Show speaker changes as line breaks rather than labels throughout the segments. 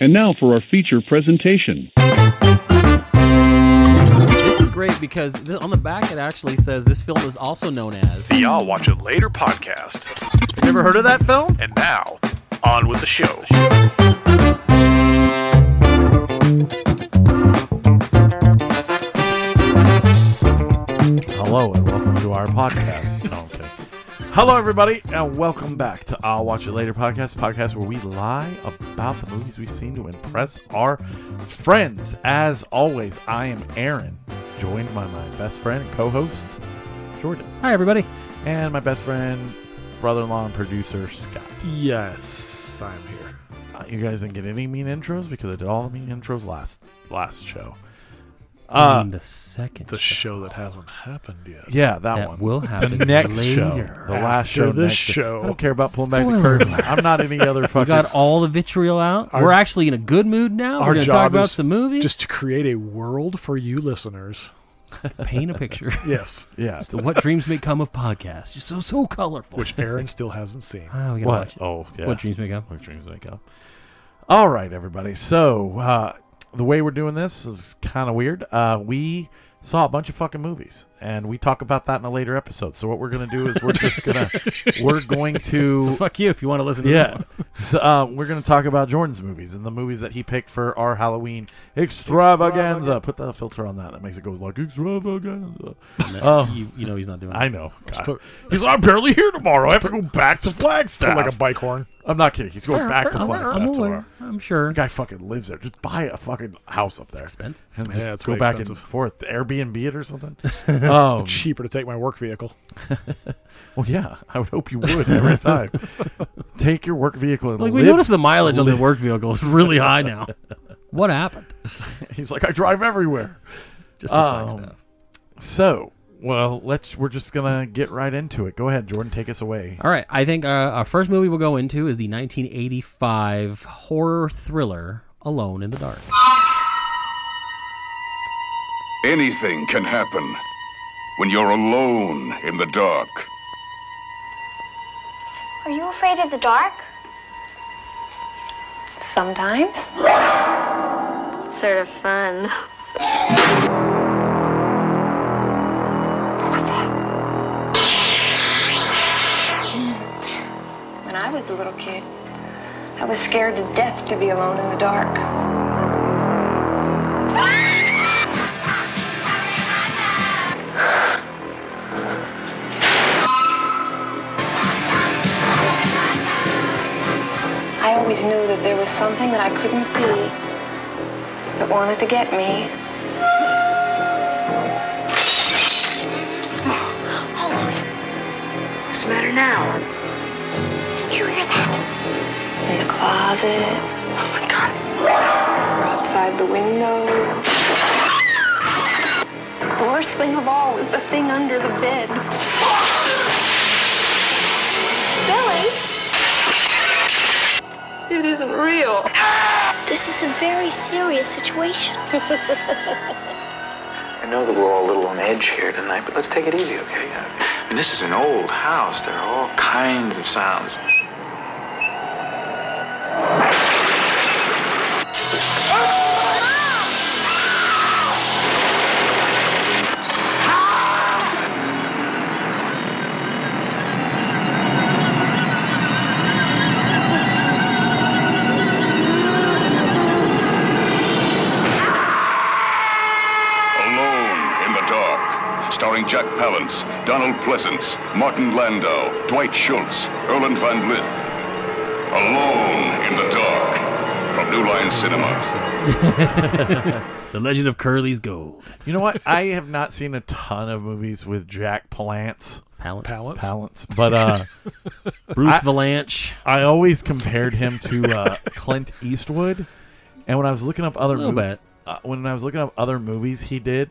And now for our feature presentation.
This is great because th- on the back it actually says this film is also known as.
the I'll Watch It Later podcast.
Never heard of that film?
And now, on with the show.
Hello and welcome to our podcast. No, I'm kidding. Hello, everybody, and welcome back to I'll Watch It Later podcast, a podcast where we lie about the movies we've seen to impress our friends. As always, I am Aaron, joined by my best friend and co-host Jordan,
Hi, everybody.
and my best friend, brother-in-law, and producer Scott.
Yes, I'm here.
Uh, you guys didn't get any mean intros because I did all the mean intros last last show.
I
Uh,
mean, the second
The show that has't happened yet.
yeah, that,
that
one.
will happen
the next
later.
show, the last
After
show,
this
next
show.
I don't care about pulling back the
Spoiler
curtain. I'm not any other
We
fucking.
got all the vitriol out.
Our-
We're actually in a good mood now. We're
Our
going to
job
talk about
is
some movies.
Just to create a world for you listeners.
paint a picture.
Yes,
yeah.
It's the What Dreams May Come of podcast. Just so so colorful.
which Aaron still hasn't seen.
oh, we gotta watch it.
What? Oh, yeah.
What Dreams May Come.
What dreams wake up? All right, everybody. So uh, the way we're doing this is kind of weird. Uh, we saw a bunch of fucking movies, and we talk about that in a later episode. So what we're gonna do is we're just gonna we're going to
So fuck you if you want to listen to this
yeah. So uh, we're gonna talk about Jordan's movies and the movies that he picked for our Halloween extravaganza. Put the filter on that. That makes it go like extravaganza.
one.
Oh.
You, you know he's not doing it.
I know. God. He's like, I'm barely here tomorrow. I have to go back to Flagstaff.
Like a bike horn.
I'm not kidding. He's going back to
I'm,
Flagstaff
I'm
tomorrow.
aware. I'm sure.
The guy fucking lives there. Just buy a fucking house up there.
expensive.
And just
Yeah, it's
go
way
back and
expensive.
forth. Airbnb it or something.
Mm.
um,
Cheaper to take my work vehicle.
well, yeah. I would hope you would every time. Take your work vehicle and
Like we
live.
noticed the mileage on the work vehicle is really high now. What happened?
He's like, I drive everywhere.
Just
to Um, Flagstaff. So, well, let's. We're just gonna get right into it. Go ahead, Jordan. Take us away.
All right, I think uh, our first movie we'll go into is the 1985 horror thriller Alone in the Dark.
Anything can happen when you're alone in the dark.
Are you afraid of the dark?
Sometimes. Sort of fun.
What was that?
When I was a little kid, I was scared to death to be alone in the dark. I always knew that there was something that I couldn't see that wanted to get me.
Hold.
What's the matter now?
Did you hear that?
In the closet.
Oh my god.
or outside the window. The worst thing of all was the thing under the bed. Billy! It isn't real.
This is a very serious situation.
I know that we're all a little on edge here tonight, but let's take it easy, okay? I mean, this is an old house. There are all kinds of sounds.
Alone in the dark. Starring Jack Palance, Donald Pleasance, Martin Landau, Dwight Schultz, Erland Van Lith. Alone in the dark. From New Line Cinema.
The Legend of Curly's Gold.
You know what? I have not seen a ton of movies with Jack Palance.
Palance.
Palance?
Palance, but uh,
Bruce
I-
Valanche.
I always compared him to uh, Clint Eastwood. And when I was looking up
A
other
little
movies,
bit.
uh, when I was looking up other movies he did,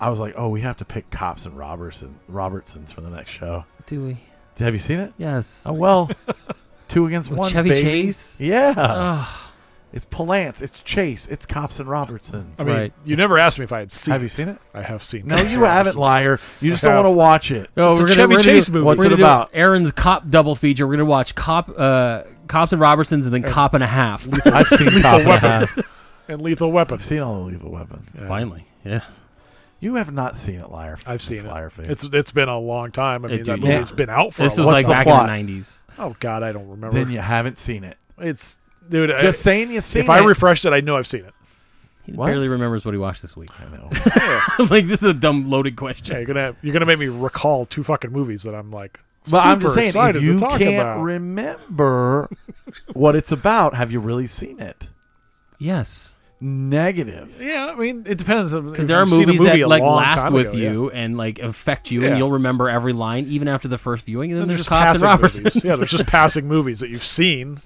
I was like, oh, we have to pick Cops and Robertson Robertsons for the next show.
Do we?
Have you seen it?
Yes.
Oh well, two against
With
one.
Chevy
baby.
Chase?
Yeah,
Ugh.
it's Palance, it's Chase, it's Cops and Robertsons.
I mean,
Right.
you never asked me if I had seen.
Have you seen it?
I have seen.
No,
Cops
you
and
haven't,
Robinsons.
liar. You just
I
don't want to watch it.
Oh,
It's a
we're gonna,
Chevy
we're gonna
Chase
do,
movie.
we're
What's it
gonna do
about?
Aaron's cop double feature. We're gonna watch cop uh, Cops and Robertsons, and then Cop and a Half.
I've seen Cop and a Half.
and Lethal Weapon.
I've seen all the Lethal Weapons.
Finally, yeah.
You have not seen it, liar.
I've seen
liar
it.
Face.
It's it's been a long time. I mean,
It-
that
yeah.
movie's been out for.
This
a
was
long
like
the
back
plot?
in the '90s.
Oh God, I don't remember.
then you haven't seen it.
It's dude. I-
Just saying you seen
if I
it.
refreshed it, I know I've seen it.
He
What?
barely remembers what he watched this week.
I know.
like this is a dumb loaded
Yeah,
question.
you're gonna you're gonna make me recall two fucking movies that I'm like.
But I'm just
super
saying,
excited
if
to
you
talk
can't
about.
remember what it's about, have you really seen it?
Yes,
Negative.
yeah, I mean, it depends.
because there are movies that like last with you and like affect you, and
Yeah.
you'll remember every line even after the first viewing. And then
And
there's
just
Cops and
passing movies.
Robertsons.
Yeah, there's just passing movies that you've seen.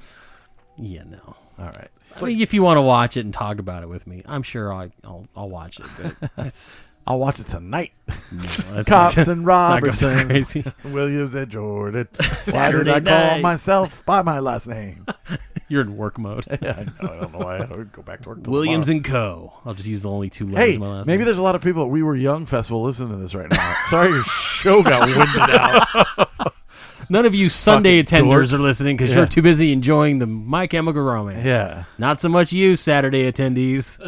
yeah, no.
All right.
I mean, if you want to watch it and talk about it with me, I'm sure I, I'll I'll watch it. But that's,
I'll watch it tonight.
that's
Cops
not, let's
and
not go so
Robertsons.
crazy.
Williams and Jordan. Why did
Saturday
I call
night.
myself by my last name?
You're in work mode.
Yeah, I, know, I don't know why I would go back to work. till
Williams
tomorrow.
and Co. I'll just use the only two letters.
Hey,
in my last
maybe
name.
there's a lot of people at We Were Young Festival listening to this right now. Sorry, your show got winded out.
none of you Sunday
fucking
attenders
dorks.
are listening because
Yeah.
you're too busy enjoying the My Chemical Romance.
Yeah.
Not so much you, Saturday attendees.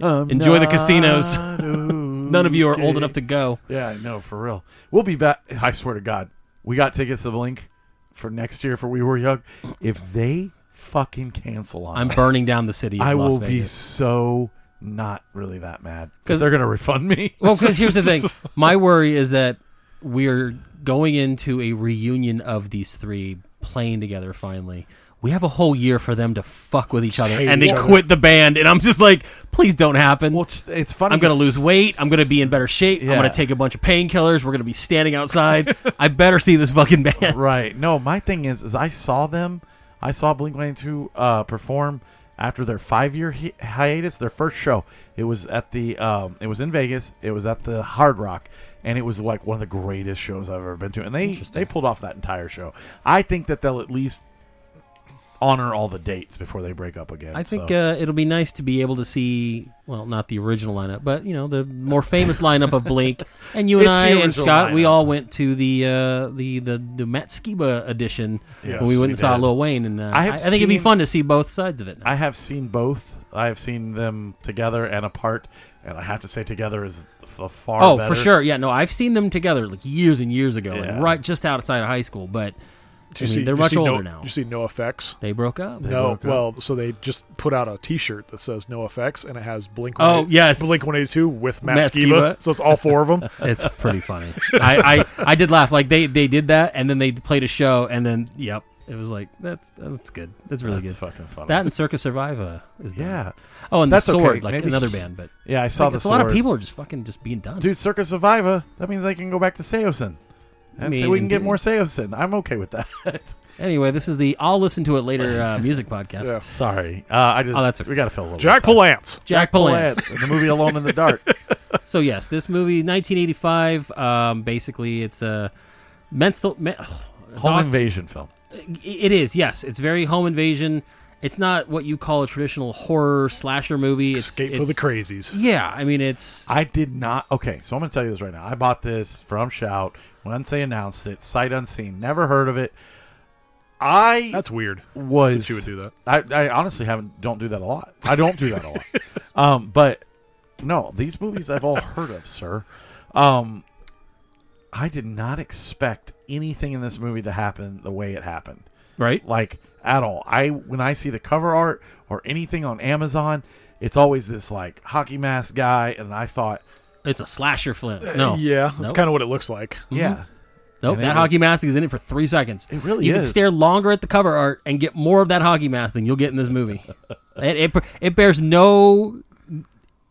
Enjoy the casinos. None
None
of you are old enough to go.
Yeah, I know for real. We'll be back. I swear to God, we got tickets to Blink for next year for We Were Young. If they fucking cancel on
I'm
us,
burning down the city. Of
I
Las
will be
Vegas.
so not really that mad
'Cause-
because they're gonna refund me.
Well, because here's the thing. My worry is that we're going into a reunion of these three playing together finally. We have a whole year for them to fuck with each other,
hate
and they
each other.
quit the band. And I'm just like, please don't happen.
Well, it's, it's funny.
I'm gonna lose weight. I'm gonna be in better shape. I'm
Yeah.
gonna take a bunch of painkillers. We're gonna be standing outside. I better see this fucking band.
Right. No, my thing is, is I saw them. I saw Blink One Eighty Two uh, perform after their five year hi- hiatus. Their first show. It was at the. Um, it was in Vegas. It was at the Hard Rock, and it was like one of the greatest shows I've ever been to. And they they pulled off that entire show. I think that they'll at least honor all the dates before they break up again.
I think
so.
uh, it'll be nice to be able to see, well, not the original lineup, but you know the more famous lineup of Blink. And you and
It's
I
the
and
original
Scott, we
lineup.
all went to the uh, the the the Matt Skiba edition when we
Yes,
went
we
and saw
did.
Lil Wayne, and uh,
I
I, I
have
think it'd be
seen-
fun to see both sides of it. now.
I have seen both. I have seen them together and apart, and I have to say, together is the far.
oh,
better.
for sure, yeah. No, I've seen them together like years and years ago,
Yeah.
like right just outside of high school, but
Do you
I mean,
see-
they're
you
much
see no-
older now.
You see no effects.
they broke up.
No,
broke up.
well, so they just put out a T-shirt that says "No Effects" and it has Blink.
Oh, yes.
Blink One Eighty Two with Matt,
Matt
Skiba.
Skiba.
So it's all four of them.
It's pretty funny. I, I I did laugh. Like they they did that, and then they played a show, and then yep, it was like that's that's good. That's really
That's
good.
fucking funny.
That and Circus Surviva is done.
yeah.
Oh, and
That's
the
okay.
sword, like
Maybe
another
he-
band, but
Yeah, I saw
like,
the
it's a lot of
sword.
people are just fucking just being done.
dude, Circus Surviva. That means I can go back to Seosin. And
I mean,
so we can get
indeed.
more Seosin. I'm okay with that.
Anyway, this is the I'll listen to it later uh, music podcast.
Yeah.
Sorry, uh, I just
Oh, that's okay.
we gotta fill a little.
Jack
time.
Palance.
Jack, Palance.
Palance in the movie Alone in the Dark.
So yes, this movie, 1985. Um, basically, it's a mental. Me- ugh,
Home
doc-
invasion film.
It is yes. It's very home invasion. It's not what you call a traditional horror slasher movie. It's,
Escape
it's,
for the Crazies.
Yeah, I mean it's
I did not. Okay, so I'm gonna tell you this right now. I bought this from Shout once they announced it, sight unseen. Never heard of it. I
That's weird.
was
that you would do that.
I, I honestly haven't don't do that a lot. I don't do that a lot. Um, but no, these movies I've all heard of, sir. Um, I did not expect anything in this movie to happen the way it happened,
right.
like at all. I when I see the cover art or anything on Amazon, it's always this like hockey mask guy, and I thought,
It's a slasher film.
Uh,
No,
Yeah, that's
Nope.
kind of what it looks like.
yeah,
nope.
And
That
it-
hockey mask is in it for three seconds.
It really
You can
is.
stare longer at the cover art and get more of that hockey mask than you'll get in this movie. it, it it bears no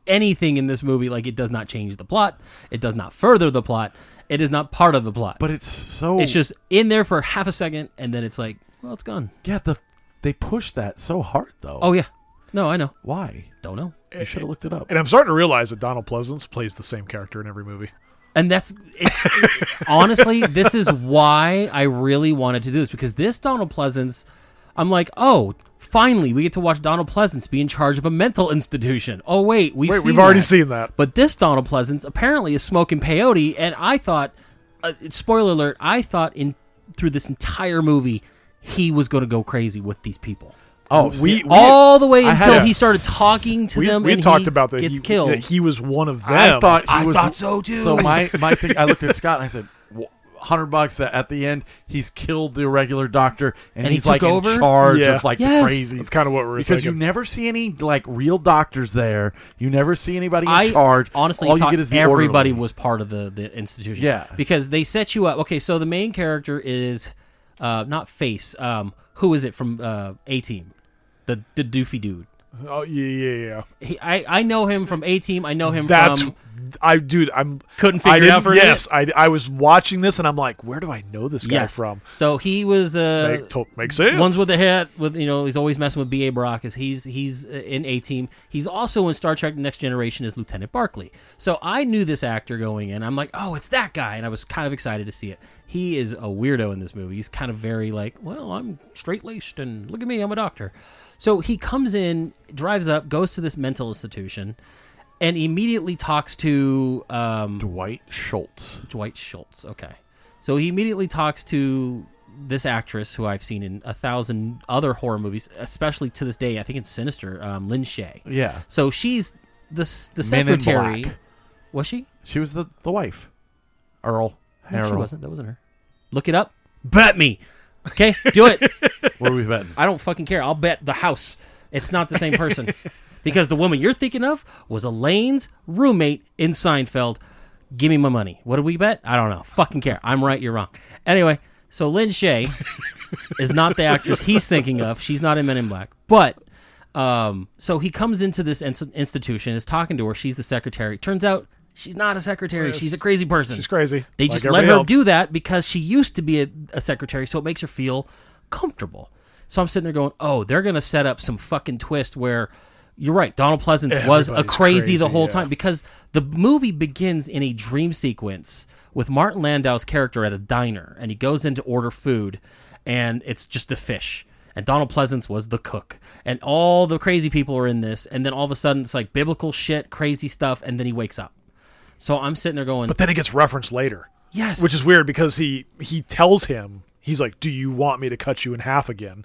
anything in this movie. Like it does not change the plot. It does not further the plot. It is not part of the plot.
but oh. it's so
it's just in there for half a second and then it's like, well, it's gone.
yeah. The they pushed that so hard though.
Oh yeah. No, I know.
why?
Don't know.
You should have looked it up.
And I'm starting to realize that Donald Pleasance plays the same character in every movie.
And that's it, honestly, this is why I really wanted to do this because this Donald Pleasance, I'm like, oh, finally we get to watch Donald Pleasance be in charge of a mental institution. Oh wait, we've
Wait,
seen
we've already
that.
seen that.
But this Donald Pleasance apparently is smoking peyote, and I thought, uh, spoiler alert, I thought in through this entire movie he was going to go crazy with these people.
Oh,
We-
see,
we-
All the way
I had
until
a-
he started talking to
we,
them.
we
and
talked
he
about that.
Gets
he,
killed.
that he was one of them.
I thought he
I
was,
thought so, too.
So my my thing, I looked at Scott and I said, hundred bucks that at the end he's killed the regular doctor and,
And he
he's like
took over?
in charge
Yeah.
of like
Yes.
the crazy.
That's kind of what we were
because you
thinking.
never see any like real doctors there. You never see anybody in
I
charge.
honestly
all you
thought
get is the
everybody
orderly.
was part of the, the institution.
Yeah.
because they set you up. Okay, so the main character is uh, not face. Um, who is it from uh, A Team? The the doofy dude.
Oh yeah, yeah, yeah.
He, I I know him from A Team. I know him
That's
from.
I, dude. I'm
Couldn't
I
figure it out
didn't-
for a
Yes, I, I was watching this and I'm like, where do I know this guy
Yes,
from?
So he was uh,
Make, to, makes sense.
One's with the hat with you know he's always messing with B.A. Baracus. He's he's uh, in A Team. He's also in Star Trek: The Next Generation as Lieutenant Barclay. So I knew this actor going in. I'm like, oh, it's that guy, and I was kind of excited to see it. He is a weirdo in this movie. He's kind of very like, well, I'm straight laced and look at me, I'm a doctor. So he comes in, drives up, goes to this mental institution, and immediately talks to um,
Dwight Schultz.
Dwight Schultz. Okay. So he immediately talks to this actress who I've seen in a thousand other horror movies, especially to this day. I think it's Sinister, um, Lynn Shay.
Yeah,
So she's the s- the
Men in
secretary.
Black.
Was she?
she was the the wife. Earl
No,
Harold.
she wasn't. That wasn't her. Look it up. Bet me. Okay, do it.
What are we betting?
I don't fucking care. I'll bet the house it's not the same person. because the woman you're thinking of was Elaine's roommate in Seinfeld. Give me my money. What did we bet? I don't know. Fucking care. I'm right, you're wrong. Anyway, so Lynn Shay is not the actress he's thinking of. She's not in Men in Black. But um, so he comes into this ins- institution, is talking to her. She's the secretary. Turns out she's not a secretary. She's a crazy person.
She's crazy.
They
Like
just let
everybody
her
else.
do that because she used to be a, a secretary, so it makes her feel comfortable. So I'm sitting there going, "Oh, they're gonna set up some fucking twist where." You're right. Donald Pleasance was a
Everybody's
crazy, the
crazy,
whole
yeah.
time because the movie begins in a dream sequence with Martin Landau's character at a diner, and he goes in to order food, and it's just the fish. And Donald Pleasance was the cook, and all the crazy people are in this. And then all of a sudden, it's like biblical shit, crazy stuff, and then he wakes up. So I'm sitting there going,
But then it gets referenced later.
"Yes,"
which is weird because he he tells him he's like, "Do you want me to cut you in half again?"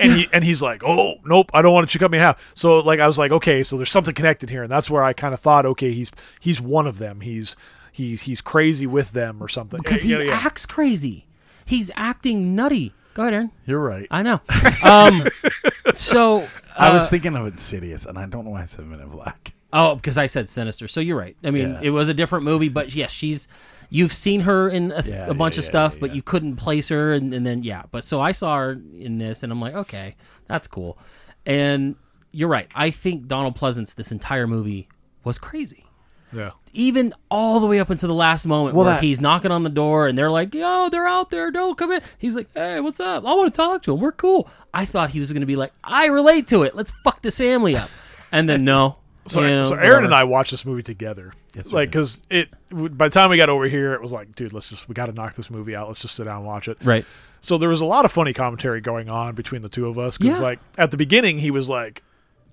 And he and he's like, "Oh nope, I don't want you to cut me in half." So like I was like, "Okay, so there's something connected here," and that's where I kind of thought, "Okay, he's he's one of them. He's he he's crazy with them or something."
because he
Yeah, yeah.
acts crazy. He's acting nutty. Go ahead, Aaron.
You're right.
I know. Um, so
I was
uh,
thinking of Insidious, and I don't know why I said Men in Black.
oh, because I said sinister. So you're right. I mean,
Yeah.
it was a different movie, but yes, she's. You've seen her in a, th-
Yeah,
a bunch
yeah,
of
yeah,
stuff,
yeah,
but
yeah.
you couldn't place her, and, and then yeah. But so I saw her in this, and I'm like, okay, that's cool. And you're right. I think Donald Pleasance this entire movie was crazy.
Yeah.
even all the way up until the last moment
Well,
where
that-
he's knocking on the door and they're like, "Yo, they're out there. Don't come in." He's like, "Hey, what's up? I want to talk to him. We're cool." I thought he was going to be like, "I relate to it. Let's fuck this family up," and then no.
So,
you know,
so Aaron and
whatever.
I watched this movie together.
we
like,
did.
because it w- by the time we got over here, it was like, dude, let's just we got to knock this movie out. Let's just sit down and watch it.
Right.
So there was a lot of funny commentary going on between the two of us. Because
Yeah.
like at the beginning, he was like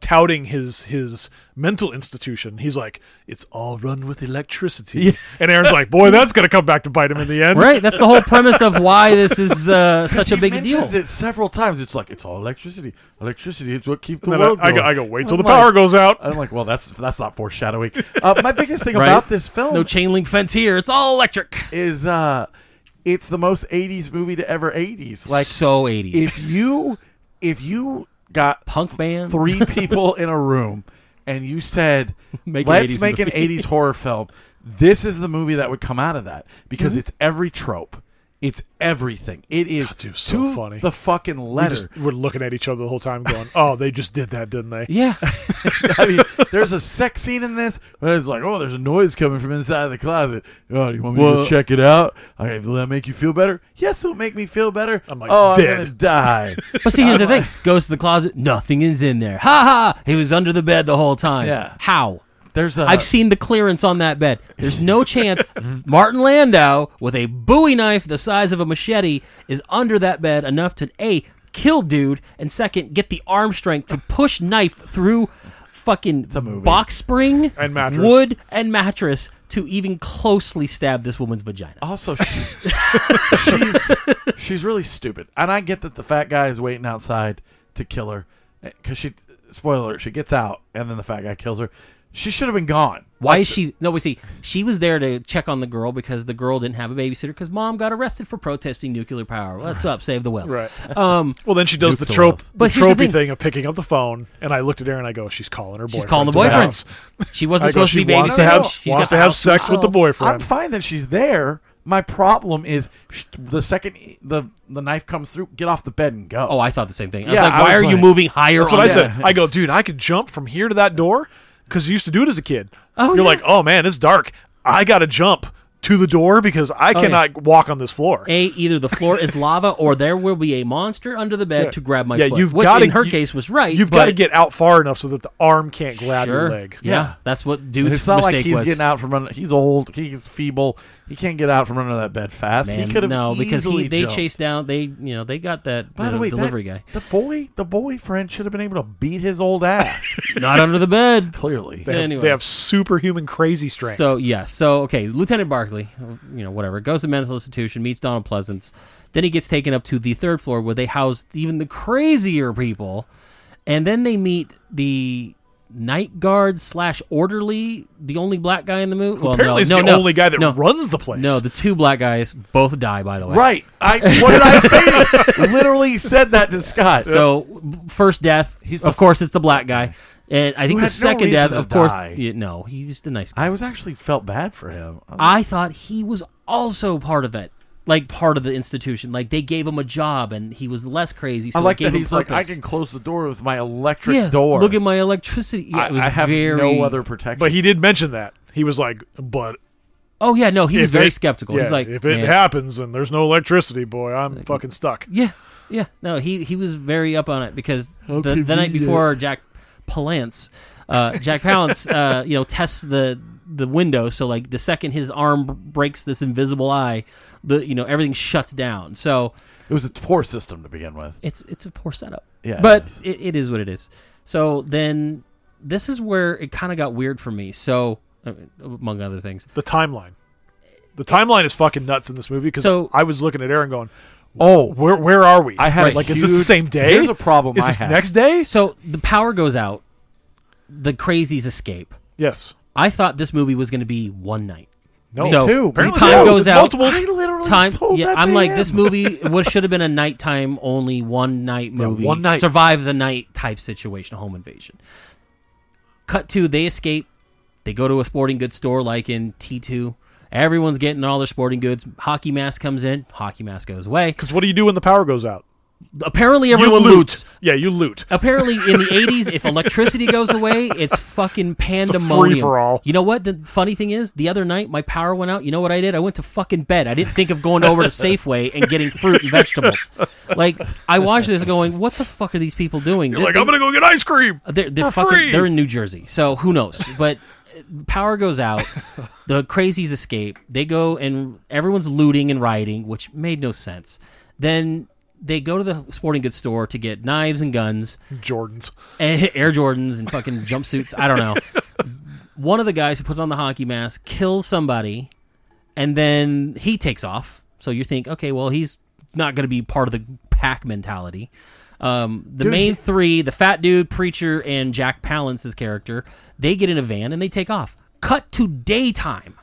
touting his his mental institution. He's like, it's all run with electricity. And Aaron's like, boy, that's gonna come back to bite him in the end.
Right, that's the whole premise of why this is uh, such a big deal.
it several times. It's like it's all electricity. Electricity is what keeps the
And then
world
I, I,
going.
go, I go, wait till
I'm
the power
like-
goes out.
I'm like, well, that's that's not foreshadowing. Uh, my biggest thing
Right?
about this film
no chain link fence here. It's all electric.
is uh, it's the most '80s movie to ever '80s. Like,
so eighties
if you if you got
punk bands.
three people in a room and you said,
Make an
let's
80s
make an
movie."
80s horror film, this is the movie that would come out of that because
Mm-hmm.
it's every trope. It's everything. It is
dude, so
to
funny.
the fucking
We
letter.
just were looking at each other the whole time, going, "Oh, they just did that, didn't they?"
Yeah,
I mean, there's a sex scene in this where it's like, oh, there's a noise coming from inside the closet. Oh, you want me to go check it out? Okay, will that make you feel better? Yes, it'll make me feel better.
I'm like,
oh,
dead.
I'm gonna die.
but see, here's the thing: goes to the closet, nothing is in there. Ha ha! He was under the bed the whole time.
Yeah.
How?
There's a
I've seen the clearance on that bed. There's no chance th- Martin Landau with a Bowie knife the size of a machete is under that bed enough to a kill dude and second get the arm strength to push knife through fucking
a movie.
box spring
And mattress.
wood and mattress to even closely stab this woman's vagina.
Also, she, she's she's really stupid, and I get that the fat guy is waiting outside to kill her because she. Spoiler: alert, She gets out, and then the fat guy kills her. She should have been gone.
Why is she? No, we see. She was there to check on the girl because the girl didn't have a babysitter because mom got arrested for protesting nuclear power. Let's up, save the whales.
Right.
Um,
Well, then she does the
Nuclear
trope,
weapons.
the
But here's the
tropey
thing.
thing. of picking up the phone, and I looked at her and I go, "She's calling her boyfriend."
She's calling the
to the
boyfriend.
house."
She wasn't
I go,
supposed to
"She
be
wants to
babysitting.
have-
She's
wants
got
to
the
have
house to
sex with the
herself.
boyfriend.
I'm fine that she's there. My problem is sh- the second i- the the knife comes through. Get off the bed and go.
oh, I thought the same thing. I was
Yeah,
like,
I
why
was
are you
like-
moving higher?
That's what
on
I
the-
said. I go, dude, I could jump from here to that door because you used to do it as a kid.
Oh,
You're
yeah.
like, oh man, it's dark. I got to jump to the door because I
Oh, yeah.
cannot walk on this floor.
A either the floor is lava or there will be a monster under the bed to grab my
yeah,
foot.
you've
which
gotta,
in her
you-
case was right.
You've
but-
got to get out far enough so that the arm can't grab
sure.
your leg.
Yeah,
Yeah.
that's what
And
dude's
it's not
mistake
like he's
was.
getting out from under. He's old. He's feeble. He can't get out from under that bed fast.
Man,
he could have
no, because he,
easily
they
jumped.
chased down. They you know they got that
By the,
uh,
way,
delivery
that,
guy
the boy, the boyfriend should have been able to beat his old ass.
not under the bed.
Clearly,
They have,
Anyway.
they have superhuman crazy strength.
So yeah, so okay, Lieutenant Barkley, you know whatever, goes to mental institution, meets Donald Pleasance, then he gets taken up to the third floor where they house even the crazier people, and then they meet the night guard slash orderly, the only black guy in the movie. Well, no,
Apparently, it's
no,
the
no,
only guy that
no,
runs the place.
No, the two black guys both die. By the way,
right? I what did I say? to you? Literally said that to Scott.
So b- first death,
He's the
of course, it's the black guy, and I think
had no
the second
reason
death,
to
of course,
die.
yeah, no, he was the nice guy.
I was actually felt bad for him. I'm
I thought he was also part of it, like part of the institution. Like they gave him a job, and he was less crazy. So
I like
it gave
that
him
he's like, I
purpose.
can close the door with my electric
yeah,
door.
Look at my electricity. Yeah,
I,
it was
I have
very.
no other protection.
but he did mention that. He was like, but.
Oh yeah, no, he was
if
very
it-
skeptical.
yeah,
he's like,
if it
"Man,
happens and there's no electricity, boy, I'm fucking stuck.
yeah, yeah. No, he he was very up on it because the, the night before Jack Palance, uh, Jack Palance, uh, you know, tests the the window. So like the second his arm b- breaks this invisible eye, the you know everything shuts down. So
it was a poor system to begin with.
it's it's a poor setup.
Yeah, it
but
is.
it, it is what it is. So then this is where it kind of got weird for me. So uh, among other things,
The timeline. The timeline is fucking nuts in this movie because
So-
I was looking at Aaron going,
Oh,
where where are we?
I had a
like, is this the
huge-
same day?
here's a problem
Is
I
this
had.
next day?
so the power goes out, the crazies escape.
Yes.
I thought this movie was going to be one night.
No,
so
two.
the
Apparently
time
two.
goes
There's
out.
multiples.
I literally
Time,
sold
yeah,
that
I'm
to
like
him.
this movie what should have been a nighttime only one night movie.
one night.
survive the night type situation, home invasion. Cut to they escape. They go to a sporting goods store like in T two. Everyone's getting all their sporting goods. Hockey mask comes in. Hockey mask goes away.
Because what do you do when the power goes out?
Apparently,
You
everyone
loot.
loots.
Yeah, you loot.
Apparently, in the '80s, if electricity goes away, it's fucking pandemonium.
free-for-all.
You know what? The funny thing is, the other night my power went out. You know what I did? I went to fucking bed. I didn't think of going over to Safeway and getting fruit and vegetables. Like I watched this, going, "What the fuck are these people doing?"
You're like, I'm gonna go get ice cream.
They're, they're
For
fucking.
free.
They're in New Jersey, so who knows? But uh, power goes out. the crazies escape. They go and everyone's looting and rioting, which made no sense. Then they go to the sporting goods store to get knives and guns
Jordans.
and Eh, Air Jordans and fucking jumpsuits. I don't know. One of the guys who puts on the hockey mask kills somebody, and then he takes off. So you think, okay, well, he's not going to be part of the pack mentality. Um, the main three, the fat dude, preacher, and Jack Palance's character, they get in a van and they take off. Cut to daytime.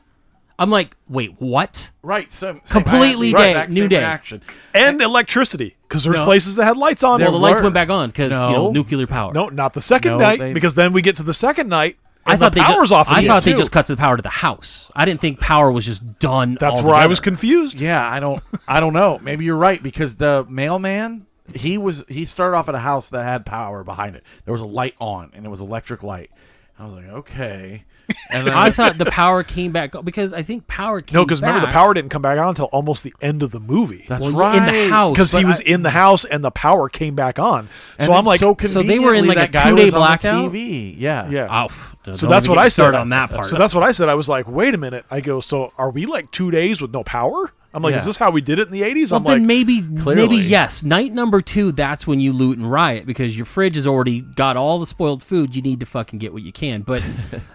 I'm like, wait, what?
Right, so
Completely
right,
day,
exact
new
same
day.
reaction.
And electricity. Because there's places that had lights on.
There
Well, the lights
were-
went back on because you know
No.
nuclear power.
no, not the second
No,
night.
they-
Because then we get to the second night.
I
and the
thought they
power's
just,
off.
I
again,
thought they
too.
just cut to the power to the house. I didn't think power was just done.
That's where I was
altogether.
confused.
Yeah, I don't, I don't know. Maybe you're right because the mailman, he was, he started off at a house that had power behind it. There was a light on, and it was electric light. I was like, okay. And then
I thought the power came back because I think power came
No, because remember the
back.
power didn't come back on until almost the end of the movie.
that's
well,
right
in the house.
Because he
But
was
I-
in the house and the power came back on.
and
So
then
I'm like,
so
So they were in,
conveniently
like, a
that guy
two-day
was on the
blackout?
TV. Yeah,
yeah.
Oh, f- don't
so that's
even
what
get me
I said
started on that part.
So that's what I said. I was like, wait a minute. I go, so are we like two days with no power? I'm like,
Yeah.
is this how we did it in the 80s?
Well,
I'm
then
like,
maybe maybe
clearly.
yes. Night number two, that's when you loot and riot because your fridge has already got all the spoiled food. You need to fucking get what you can. But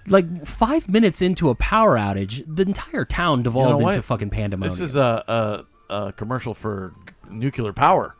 like five minutes into a power outage, the entire town
You know
devolved into
what?
fucking pandemonium.
This is a, a, a commercial for nuclear power.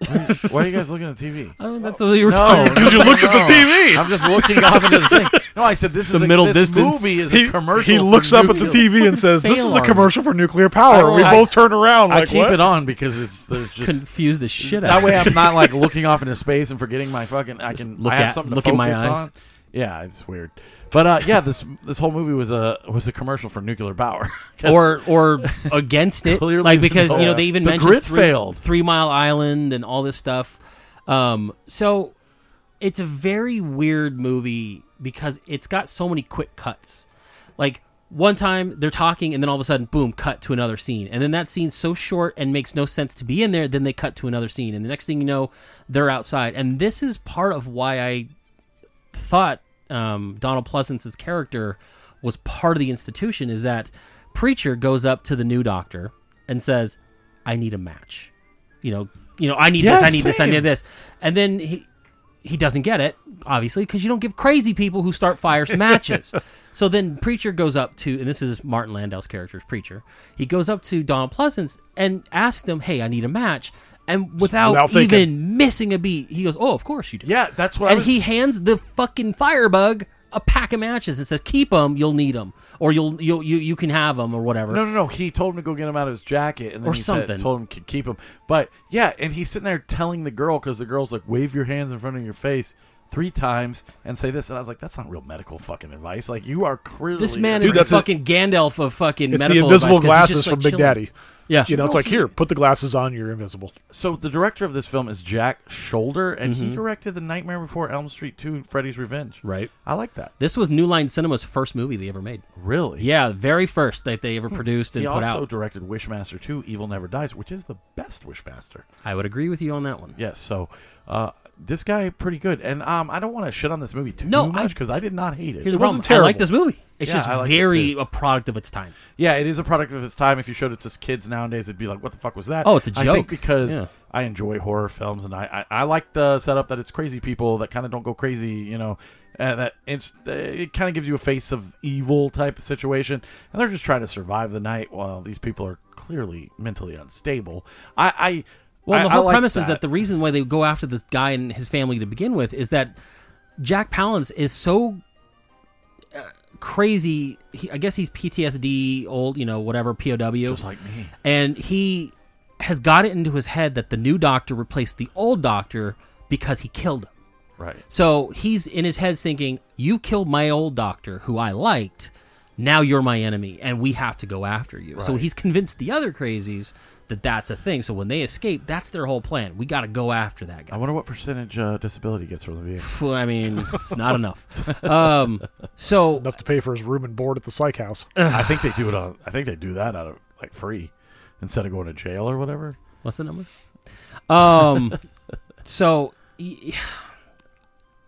Why are you- why are you guys looking at TV?
oh, that's what you were
No,
talking.
because you look at the TV. I'm just looking off into the thing. No, I said this is
The
a,
middle
this
distance.
movie is a
he,
commercial.
he
for
looks up at the
nuclear-
TV and says,
fail
this is a
army.
commercial for nuclear
I
power.
don't-
We
I-
both turn around
I
like,
keep
what?
it on because it's there's just
Confuse the shit out.
that
of
way
me.
I'm not like looking off into space and forgetting my fucking. I can
look
I have
at-
something
look
to
in my
focus
eyes.
on. Yeah, it's weird, but uh, yeah, this this whole movie was a was a commercial for nuclear power. 'Cause
or or against it,
Clearly
like because you
no.
know they even
The
mentioned
grid
three,
failed.
Three Mile Island and all this stuff. Um, so it's a very weird movie because it's got so many quick cuts. Like one time they're talking and then all of a sudden boom cut to another scene and then that scene's so short and makes no sense to be in there then they cut to another scene and the next thing you know they're outside and this is part of why i thought um, Donald Pleasance's character was part of the institution is that preacher goes up to the new doctor and says, "I need a match." You know, you know, I need this,
Yeah,
I need this, I
same.
need this, and then he. He doesn't get it, obviously, because you don't give crazy people who start fires matches. so then Preacher goes up to, and this is Martin Landau's character's Preacher. He goes up to Donald Pleasance and asks him, "Hey, I need a match," and without,
Without thinking.
even missing a beat, he goes, "Oh, of course you do."
yeah, that's what I
and
was.
he hands the fucking firebug a pack of matches and says, "Keep them. You'll need them, or you'll you you you can have them, or whatever."
No, no, no. He told him to go get him out of his jacket, and then
Or
he said-
something.
told him to keep him. But yeah, and he's sitting there telling the girl because the girl's like, wave your hands in front of your face three times and say this, and I was like, that's not real medical fucking advice. Like you are clearly
this man
Dude,
is the
that's a-
fucking Gandalf of fucking
It's the
medical
invisible
advice 'cause he's
glasses
just, like,
from Big
chilling.
Daddy.
Yeah,
You know, it's like, here, put the glasses on, you're invisible.
So the director of this film is Jack Shoulder, and he directed The Nightmare Before Elm Street 2, Freddy's Revenge.
Mm-hmm. right.
I like that.
This was New Line Cinema's first movie they ever made.
Really?
Yeah, very first that they ever produced and
He
put
also
out.
directed Wishmaster 2, Evil Never Dies, which is the best Wishmaster.
I would agree with you on that one.
Yes. So uh, this guy pretty good, and um, I don't want to shit on this movie too
No, I-
much because I, did not hate it.
Here's the problem.
wasn't
I like
terrible.
this movie. It's
Yeah,
just
I liked it
very
too.
a product of its time.
yeah, it is a product of its time. If you showed it to kids nowadays, it'd be like, "What the fuck was that?"
Oh, it's a
I think
joke.
because
Yeah.
I enjoy horror films, and I, I I like the setup that it's crazy people that kind of don't go crazy, you know. And that it's uh, it kind of gives you a face of evil type of situation, and they're just trying to survive the night while these people are clearly mentally unstable. I, I
Well,
I-
the
I
whole
like
premise is
that
that the reason why they go after this guy and his family to begin with is that Jack Palance is so uh, crazy. He, I guess he's PTSD, old, you know, whatever, POW.
just like me.
and he has got it into his head that the new doctor replaced the old doctor because he killed him.
Right.
So he's in his head thinking, "You killed my old doctor, who I liked. Now you're my enemy, and we have to go after you." So
Right.
he's convinced the other crazies that that's a thing. So when they escape, that's their whole plan. We got to go after that
I
guy.
wonder what percentage uh, disability gets from the vehicle.
Pff, I mean, it's not enough. Um, so
Enough to pay for his room and board at the psych house.
I think they do it on. I think they do that out of like free, instead of going to jail or whatever.
What's the number? Um, so y-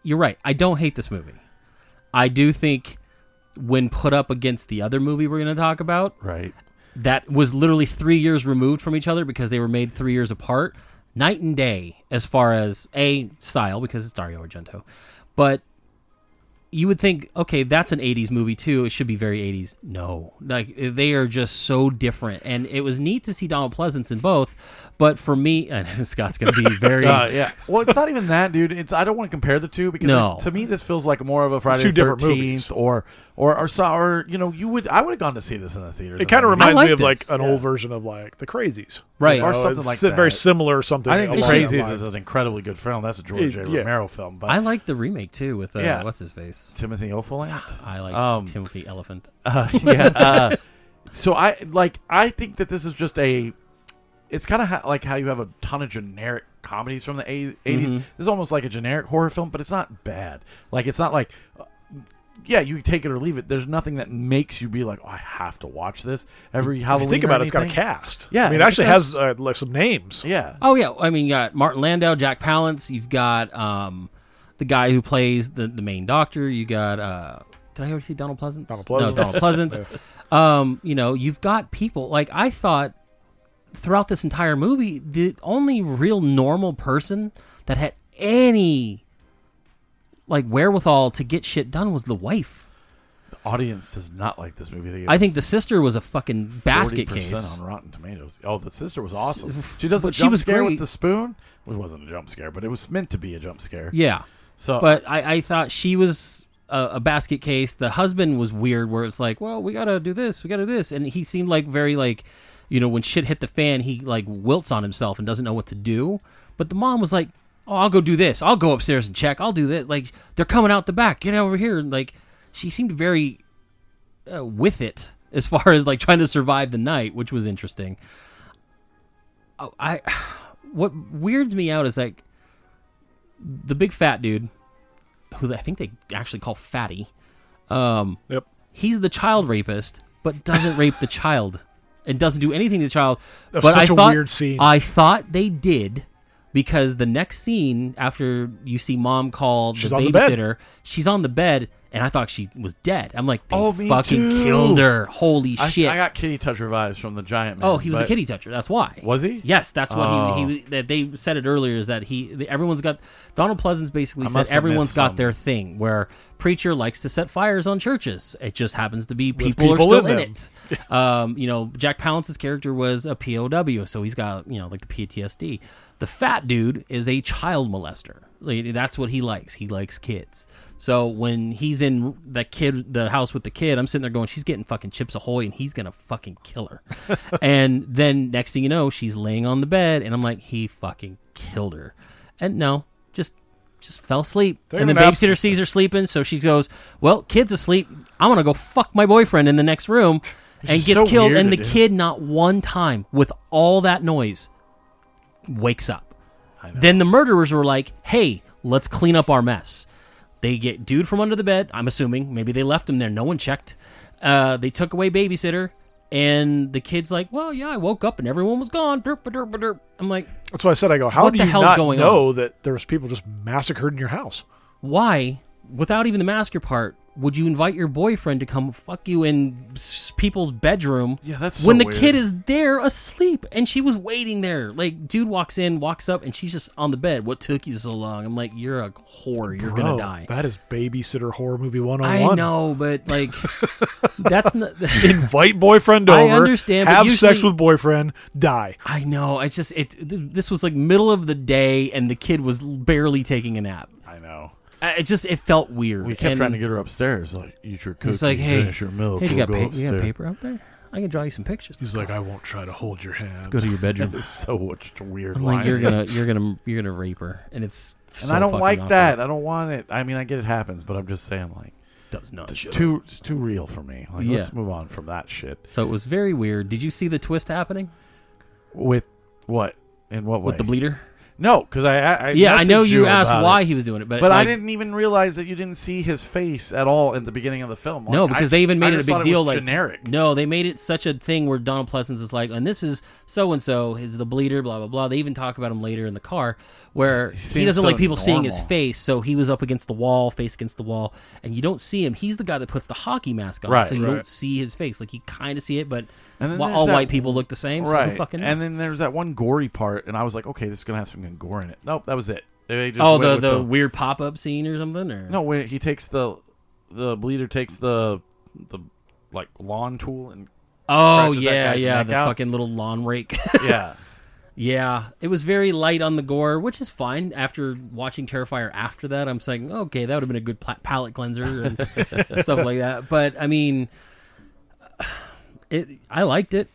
you're right. I don't hate this movie. I do think when put up against the other movie we're going to talk about,
Right.
that was literally three years removed from each other because they were made three years apart, night and day as far as a style because it's Dario Argento, but you would think, okay, that's an '80s movie too. It should be very '80s. No, like they are just so different, and it was neat to see Donald Pleasance in both. But for me, and Scott's going to be very
Uh, yeah. Well, it's not even that, dude. It's I don't want to compare the two because
No.
it- to me this feels like more of a Friday
Two
the
different
Thirteenth or or or so- or you know you would I would have gone to see this in the theater.
It kind of
I
reminds
like
me of like
this.
an old version of like The Crazies.
right.
Or
You know,
something
it's
like
si- Very
that.
similar something.
I think The
along that
Crazies
line.
is an incredibly good film. That's a George J.
Yeah.
Romero film, but
I like the remake too with uh,
Yeah.
what's his face.
Timothy Olyphant.
I like
Um,
Timothy Elephant.
Uh, yeah. Uh, so I like. I think that this is just a. It's kind of ha- like how you have a ton of generic comedies from the a- 80s.
Mm-hmm.
This is almost like a generic horror film, but it's not bad. Like it's not like. uh, Yeah, you take it or leave it. There's nothing that makes you be like, "Oh, I have to watch this every
If
Halloween."
you think
or
about it, it's got a
anything."
cast.
Yeah,
I mean,
it
it actually
does.
has uh, like some names.
Yeah,
Oh yeah, I mean, you got Martin Landau, Jack Palance. You've got um, the guy who plays the, the main doctor. You got uh, did I ever see Donald Pleasance?
Donald Pleasance.
No, Donald Pleasance. Um, you know, you've got people like I thought throughout this entire movie, the only real normal person that had any like wherewithal to get shit done was the wife.
The audience does not like this movie. They gave
I
it
think the sister was a fucking basket
40%
case.
on Rotten Tomatoes. Oh, the sister was awesome.
S-
She does the
but she
jump
was
scare
great.
with the spoon. It wasn't a jump scare, but it was meant to be a jump scare.
Yeah.
So,
But I, I thought she was a, a basket case. The husband was weird, where it's like, well, we gotta do this, we gotta do this, and he seemed like very like, you know, when shit hit the fan, he like wilts on himself and doesn't know what to do. But the mom was like, oh, I'll go do this. I'll go upstairs and check. I'll do this. Like they're coming out the back. Get over here. And like she seemed very uh, with it as far as like trying to survive the night, which was interesting. Oh, I what weirds me out is like the big fat dude who I think they actually call Fatty. Um,
Yep.
he's the child rapist, but doesn't rape the child and doesn't do anything to the child.
That was
but
such
I
a
thought,
weird scene.
I thought they did because the next scene after you see mom call the
She's on the bed.
babysitter, she's on the bed, and I thought she was dead. I'm like, they
Oh, me
fucking
too.
killed her. Holy
I,
shit!
I got kitty touch revives from the giant man.
oh, he was a
but-
kitty toucher. That's why.
Was he?
Yes, that's what
Oh.
he, he that they said it earlier is that he the, everyone's got Donald Pleasance basically
I
said
must have
everyone's
missed
got
some.
their thing where preacher likes to set fires on churches. It just happens to be people, are
people
still in,
in them.
it. um, you know, Jack Palance's character was a POW, so he's got you know like the PTSD. The fat dude is a child molester. Like, That's what he likes. He likes kids. So when he's in the kid, the house with the kid, I'm sitting there going, she's getting fucking Chips Ahoy, and he's gonna fucking kill her. and then next thing you know, she's laying on the bed, and I'm like, he fucking killed her. And no, just just fell asleep. and
Taking
the
a nap.
babysitter sees her sleeping, so she goes, "Well, kid's asleep. I'm gonna go fuck my boyfriend in the next room," and
is
gets
so
killed.
weird,
And the
dude.
kid, not one time, with all that noise, wakes up. Then the murderers were like, "Hey, let's clean up our mess." They get dude from under the bed. I'm assuming maybe they left him there. No one checked. Uh, they took away babysitter, and the kid's like, "Well, yeah, I woke up and everyone was gone." Derp, derp, derp. I'm like,
That's why I said I go. How
What
do
the
you
hell's
not
going
know that there's people just massacred in your house?
why, without even the massacre part, would you invite your boyfriend to come fuck you in s- people's bedroom?
Yeah, that's so
when the
weird.
kid is there asleep and she was waiting there. Like, dude walks in, walks up, and she's just on the bed. What took you so long? I'm like, you're a whore. You're
Bro,
gonna die.
That is babysitter horror movie one on
I
one.
know, but like, that's not.
Invite boyfriend
I
over.
understand, but
Have sex
usually-
with boyfriend. Die.
I know. I just it. th- This was like middle of the day, and the kid was barely taking a nap.
I know.
I, it just it felt weird.
We kept
and
trying to get her upstairs. Like, eat your cookies,
He's like, hey,
finish your milk.
hey, you
we'll
got,
go
pa- you got
upstairs."
paper out there? I can draw you some pictures.
He's like, I won't try to hold your hand.
go to your bedroom.
It was so much weird.
I'm like,
line.
you're gonna, you're gonna, you're gonna rape her, and it's
and I don't like that. I don't want it. I mean, I get it happens, but I'm just saying, like,
Does not.
it's too, it's too real for me. Like,
Yeah.
let's move on from that shit.
So it was very weird. Did you see the twist happening
With what? In what way?
with the bleeder?
No, because I, I, I
Yeah, I know
messaged
you asked
about
why
it,
he was doing it, but
but I
like,
didn't even realize that you didn't see his face at all in the beginning of the film.
No,
Like,
because
I-
they even
I
made it a
just
big
thought
deal.
was
like
generic.
No, they made it such a thing where Donald Pleasance is like, and this is so and so is the bleeder, blah blah blah. They even talk about him later in the car, where he
seems
doesn't
so
like people seeing his
normal.
face, so he was up against the wall, face against the wall, and you don't see him. He's the guy that puts the hockey mask on,
Right,
so you
right.
don't see his face. Like you kind of see it, but
And then
wh-
there's
all
that-
white people look the same, so who
right?
fucking
and
knows?
then there's that one gory part, and I was like, okay, this is gonna have some gore in it. Nope, that was it. They just
oh,
went
the
with
the weird pop up scene or something, or
No, when he takes the the bleeder takes the the like lawn tool and
Oh
scratches that
yeah,
guy's
yeah,
neck
the
out.
fucking little lawn rake.
yeah.
Yeah, it was very light on the gore, which is fine. After watching Terrifier, after that, I'm saying, okay, that would have been a good pla- palate cleanser and stuff like that. But I mean, it. I liked it.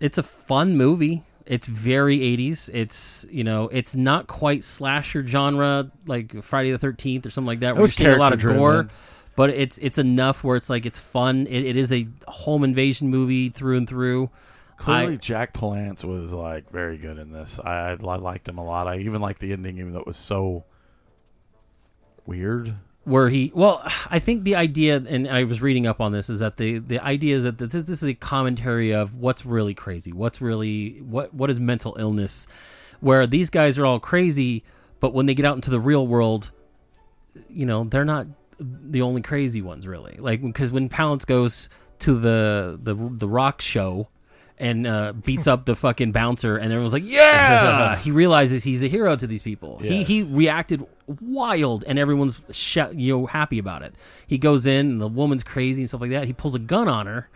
It's a fun movie. It's very 80s. It's you know, it's not quite slasher genre like Friday the 13th or something like that, where you're
was
seeing a lot of
character
gore.
driven.
But it's it's enough where it's like it's fun. It, it is a home invasion movie through and through.
Clearly,
I-
Jack Palance was like very good in this. I, I li- liked him a lot. I even liked the ending, even though it was so weird.
where he well i think the idea and i was reading up on this is that the the idea is that this, this is a commentary of what's really crazy what's really what what is mental illness where these guys are all crazy but when they get out into the real world you know they're not the only crazy ones really like because when palance goes to the the the rock show and uh, beats up the fucking bouncer, and everyone's like, "Yeah!" he realizes he's a hero to these people. He he reacted wild, and everyone's sh- you know happy about it. He goes in, and the woman's crazy and stuff like that. He pulls a gun on her,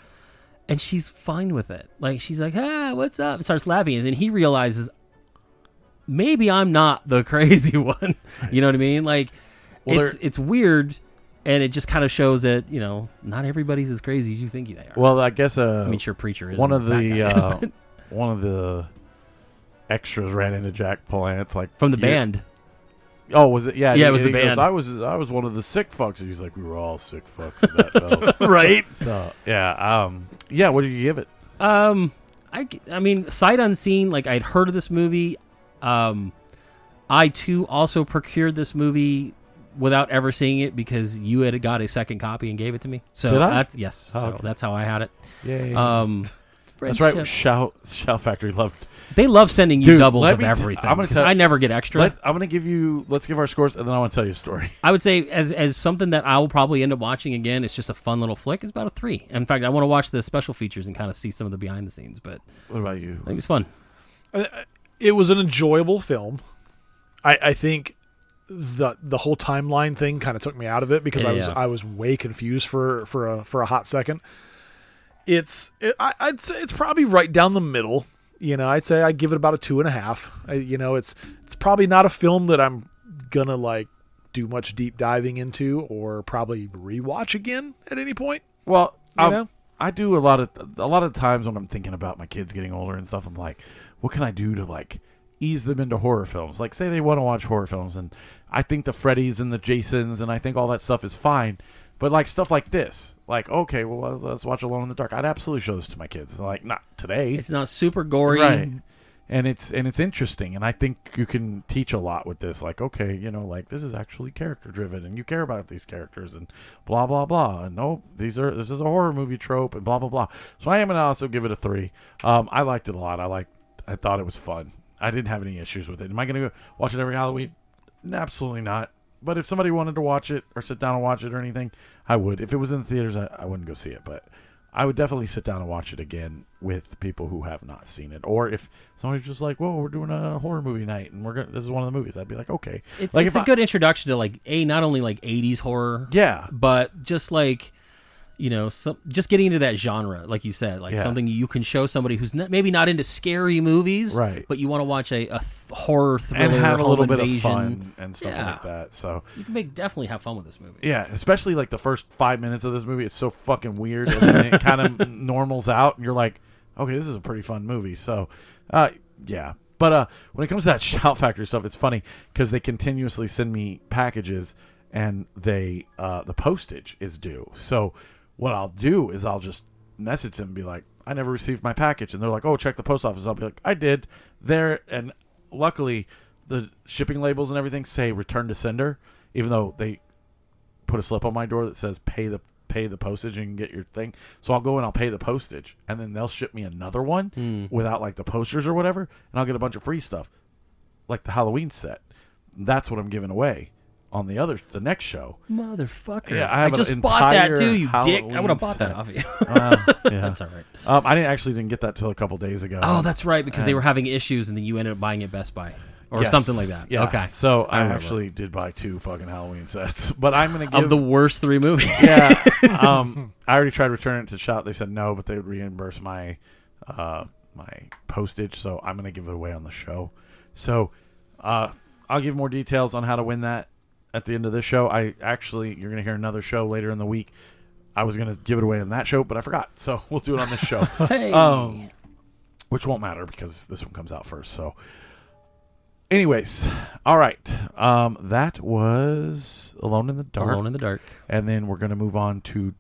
and she's fine with it. Like she's like, "Ah, what's up?" and starts laughing, and then he realizes maybe I'm not the crazy one. You know what I mean? Like
Well,
it's
there-
it's weird. And it just kind of shows that you know not everybody's as crazy as you think they are.
Well, I guess uh,
I mean, sure, preacher is
one
a
of
fat
the
guy,
uh,
but-
one of the extras ran into Jack Palance like
from the
you-
band.
Oh, was it? Yeah,
Yeah, it
he-
was the
he goes,
band.
I was I was one of the sick fucks. And he's like, we were all sick fucks. In that film.
right.
So yeah, um, yeah. What do you give it?
Um, I, g- I mean, sight unseen, like I'd heard of this movie. Um, I too also procured this movie without ever seeing it because you had got a second copy and gave it to me. So
Did I?
that's yes.
Oh,
so
okay.
that's how I had it.
Yay.
Um,
That's right.
friendship.
Shout Shout Factory loved.
They love sending you
Dude,
doubles
let
of
me t- I'm
everything
gonna
because
tell-
I never get extra.
Let, I'm gonna give you. Let's give our scores, and then I want to tell you a story.
I would say as as something that I will probably end up watching again. It's just a fun little flick. It's about a three. In fact, I want to watch the special features and kind of see some of the behind the scenes. But
What about you?
I think it's fun.
it was an enjoyable film. I, I think the the whole timeline thing kind of took me out of it because I was
Yeah.
I was way confused for for a for a hot second. It's it, I, I'd say it's probably right down the middle. You know, I'd say I give it about a two and a half. I, you know, it's it's probably not a film that I'm gonna like do much deep diving into or probably rewatch again at any point.
Well,
You
um,
know?
I do a lot of a lot of times when I'm thinking about my kids getting older and stuff. I'm like, what can I do to like ease them into horror films? Like, say they want to watch horror films, and I think the Freddy's and the Jasons and I think all that stuff is fine. But like stuff like this, like okay, well let's, let's watch Alone in the Dark. I'd absolutely show this to my kids. Like, not today.
It's not super gory.
right and it's and it's interesting and i think you can teach a lot with this like okay you know like this is actually character driven and you care about these characters and blah blah blah and no these are this is a horror movie trope and blah blah blah so i am gonna also give it a three um i liked it a lot i liked i thought it was fun i didn't have any issues with it am i gonna go watch it every halloween N- absolutely not but if somebody wanted to watch it or sit down and watch it or anything i would if it was in the theaters i, I wouldn't go see it but I would definitely sit down and watch it again with people who have not seen it, or if somebody's just like, "Whoa, we're doing a horror movie night, and we're gonna this is one of the movies," I'd be like, "Okay,
It's,
like
it's
if
a
I-
good introduction to like a not only like '80s horror,
yeah,
but just like you know, some, just getting into that genre, like you said, like
Yeah.
something you can show somebody who's not, maybe not into scary movies,
Right.
But you want to watch a, a th- horror thriller,
and have a
home
little bit
invasion.
of fun and stuff
Yeah.
like that." So
You can make definitely have fun with this movie.
yeah, especially like the first five minutes of this movie, it's so fucking weird, and then it kind of normals out, and you're like, "Okay, this is a pretty fun movie." So, uh, yeah. But uh, when it comes to that shout factor stuff, it's funny because they continuously send me packages, and they uh, the postage is due. So what I'll do is I'll just message them and be like, I never received my package. And they're like, oh, check the post office. I'll be like, I did. There. And luckily, the shipping labels and everything say return to sender, even though they put a slip on my door that says pay the pay the postage and get your thing. So I'll go and I'll pay the postage and then they'll ship me another one without like the posters or whatever and I'll get a bunch of free stuff. Like the Halloween set. That's what I'm giving away on the other the next show.
Motherfucker!
Yeah,
I,
I have an
just bought that
entire
too, you dick. I
Halloween
would have bought that
set.
off you.
Yeah.
That's all right.
Um, I didn't actually didn't get that till a couple days ago.
Oh, that's right, because they were having issues, and then you ended up buying it Best Buy or
Yes.
something like that.
Yeah.
Okay,
So
I
I,
remember.
actually did buy two fucking Halloween sets, but I'm gonna give
of the worst three movies.
yeah. Um, I already tried returning it to shop. They said no, but they would reimburse my uh, my postage. So I'm gonna give it away on the show. So uh, I'll give more details on how to win that at the end of this show. I actually you're gonna hear another show later in the week. I was gonna give it away on that show, but I forgot. So we'll do it on this show.
Hey.
Um, which won't matter because this one comes out first. So, anyways, all right. Um, that was Alone in the Dark.
Alone in the Dark.
And then we're going to move on to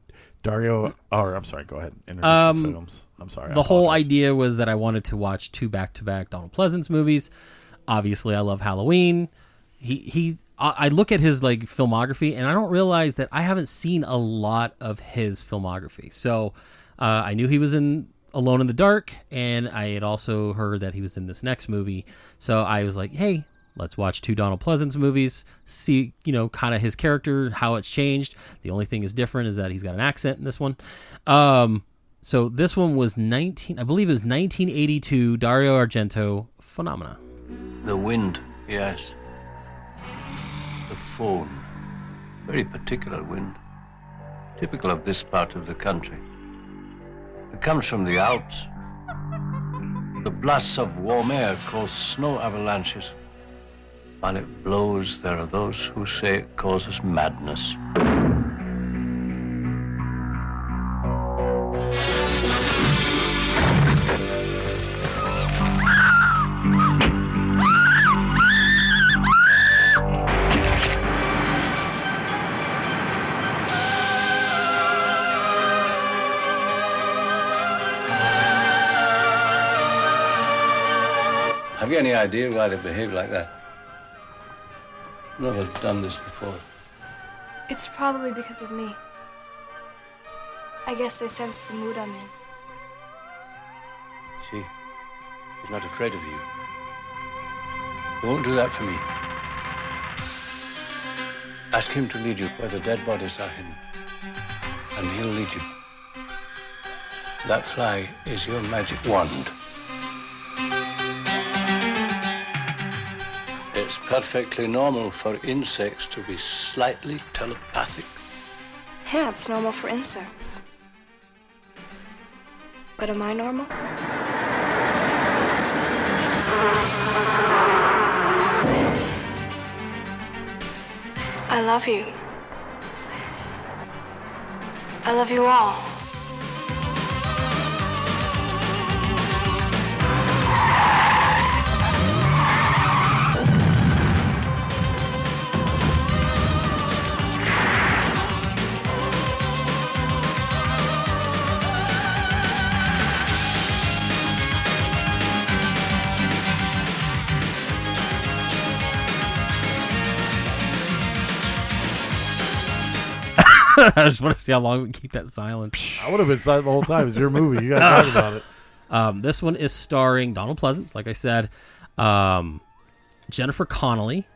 Dario. Or I'm sorry, go ahead. Introduce
Um,
your films. I'm sorry. I
The whole
apologize.
idea was that I wanted to watch two back-to-back Donald Pleasance movies. Obviously, I love Halloween. He he. I I look at his like filmography, and I don't realize that I haven't seen a lot of his filmography. So uh, I knew he was in Alone in the Dark, and I had also heard that he was in this next movie. So I was like, hey, Let's watch two Donald Pleasance movies, see, you know, kind of his character, how it's changed. The only thing is different is that he's got an accent in this one. Um, so this one was 19, I believe it was 1982 Dario Argento Phenomena.
The wind, yes. The phone. Very particular wind. Typical of this part of the country. It comes from the Alps. The blasts of warm air cause snow avalanches. While it blows, there are those who say it causes madness.
Have you any idea why they behave like that? Never done this before.
It's probably because of me. I guess they sense the mood I'm in.
See, he's not afraid of you. He won't do that for me. Ask him to lead you where the dead bodies are hidden, and he'll lead you. That fly is your magic wand. It's perfectly normal for insects to be slightly telepathic.
Yeah, it's normal for insects. But am I normal? I love you. I love you all.
I just want to see how long we can keep that silent.
I would have been silent the whole time. It's your movie. You got to talk about it.
Um, this one is starring Donald Pleasance, like I said, um, Jennifer Connelly,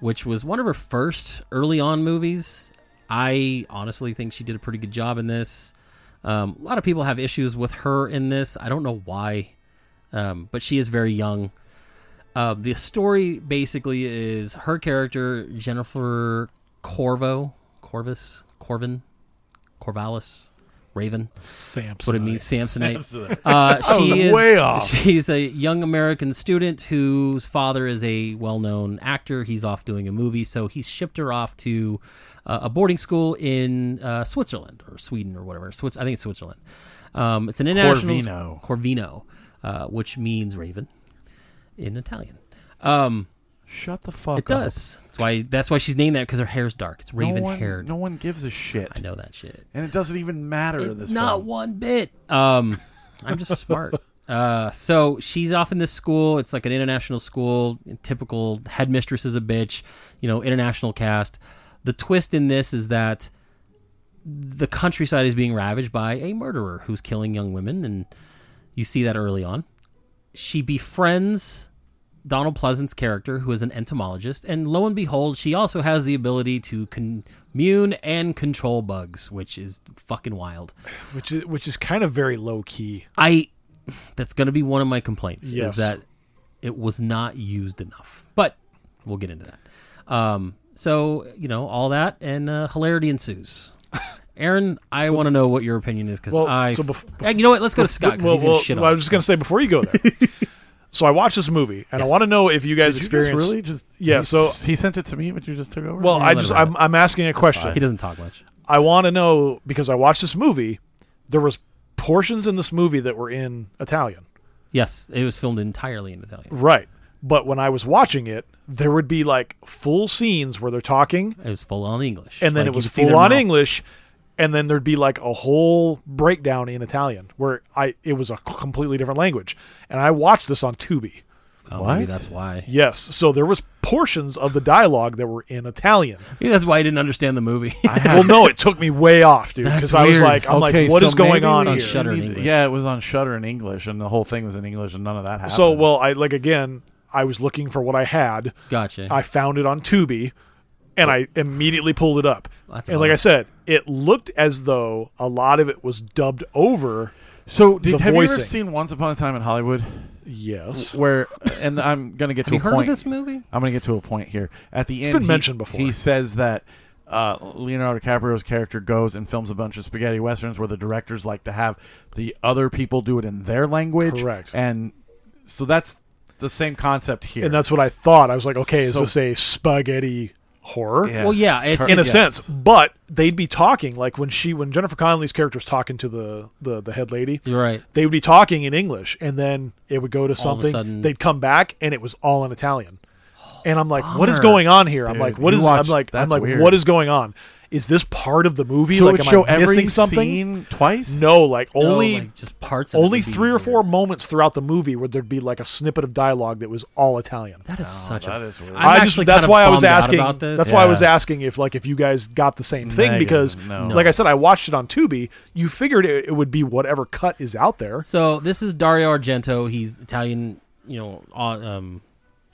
which was one of her first early on movies. I honestly think she did a pretty good job in this. Um, a lot of people have issues with her in this. I don't know why, um, but she is very young. Uh, the story basically is her character Jennifer Corvo, Corvus, Corvin, Corvallis, Raven. That's what it means, Samsonite. Uh, she is
way off.
she's a young American student whose father is a well-known actor. He's off doing a movie, so he's shipped her off to uh, a boarding school in uh, Switzerland or Sweden or whatever. Swiss, I think it's Switzerland. Um, it's an international
Corvino.
Corvino, uh, which means raven in Italian. Um,
Shut the fuck
it
up.
does. That's why. That's why she's named that because her hair's dark. It's
No
raven
one,
haired.
no one gives a shit.
I know that shit.
And it doesn't even matter in this
Not
film.
one bit. Um, I'm just smart. Uh, so she's off in this school. It's like an international school. Typical headmistress is a bitch. You know, international cast. The twist in this is that the countryside is being ravaged by a murderer who's killing young women, and you see that early on. She befriends Donald Pleasant's character, who is an entomologist, and lo and behold, she also has the ability to commune and control bugs, which is fucking wild.
which is which is kind of very low key.
I that's going to be one of my complaints is
Yes.
that it was not used enough. But we'll get into that. Um, so you know all that and uh, hilarity ensues. Aaron, I want to know what your opinion is because
Well,
I.
so bef-
Hey, you know what? Let's go to Scott because
Well,
he's gonna
well,
shit
well, I
on.
was just gonna say before you go there. so I watched this movie, and I
Yes.
want to know if you guys
Did you just
experienced.
really just
Yeah,
he-
so-
he sent it to me, but you just took over.
well,
Yeah,
I
let
just
it ride.
I'm, I'm asking a
it. he
question.
doesn't talk much.
I want to know because I watched this movie. There was portions in this movie that were in Italian,
Yes, it was filmed entirely in Italian.
right? But when I was watching it, there would be like full scenes where they're talking,
It was full on English,
and then
Like,
it
you
was
could see their
full on
mouth.
English, and then there'd be like a whole breakdown in Italian where I it was a completely different language, and I watched this on Tubi.
Oh, maybe
What?
that's why.
Yes, so there was portions of the dialogue that were in Italian.
Maybe that's why I didn't understand the movie.
well, no, it took me way off, dude,
That's
because I was
weird.
like, I'm
Okay,
like, what
so
is going
maybe
on
we
on
here?
Shudder in
need-
English.
Yeah, it was on Shutter in English, and the whole thing was in English, and none of that happened.
So, well, I like again, I was looking for what I had.
Gotcha.
I found it on Tubi, and I immediately pulled it up.
That's
and like
another-
I said, it looked as though a lot of it was dubbed over.
So, did,
the
have you
voicing.
ever seen Once Upon a Time in Hollywood?
Yes,
Where, and I'm gonna get to
you
a
heard of
point.
this movie?
I'm gonna get to a point here. At the end,
been
he-
mentioned before.
He says that uh, Leonardo DiCaprio's character goes and films a bunch of spaghetti westerns where the directors like to have the other people do it in their language.
Correct.
And so that's the same concept here.
and that's what I thought. I was like, okay, is
So-
this a spaghetti horror?
Yes.
Well, yeah, it's-
In a
Yes.
sense, but they'd be talking like when she, when Jennifer Connelly's character was talking to the the, the head lady,
You're right.
they would be talking in English, and then it would go to
All of a
something.
sudden-
they'd come back, and it was all in Italian. And I'm like, what is
Bummer.
going on here? I'm
Dude,
like, what
you
is?
watched-
I'm like, I'm
that's
like,
weird.
what is going on? Is this part of the movie?
so
like,
it
am
show
I missing
every
something?
scene twice.
No, like
No,
only
Oh, like, just parts. Of it
only
would be
three or
weird.
four moments throughout the movie where there'd be like a snippet of dialogue that was all Italian.
That is such
that
a.
is weird.
I'm
I
actually
just that's
kinda
why I was
bummed out
asking.
about this.
That's why I
Yeah.
was asking if like if you guys got the same thing
Negative,
because
no.
like I said, I watched it on Tubi. You figured it, it would be whatever cut is out there.
So this is Dario Argento. He's Italian, you know. au- Um,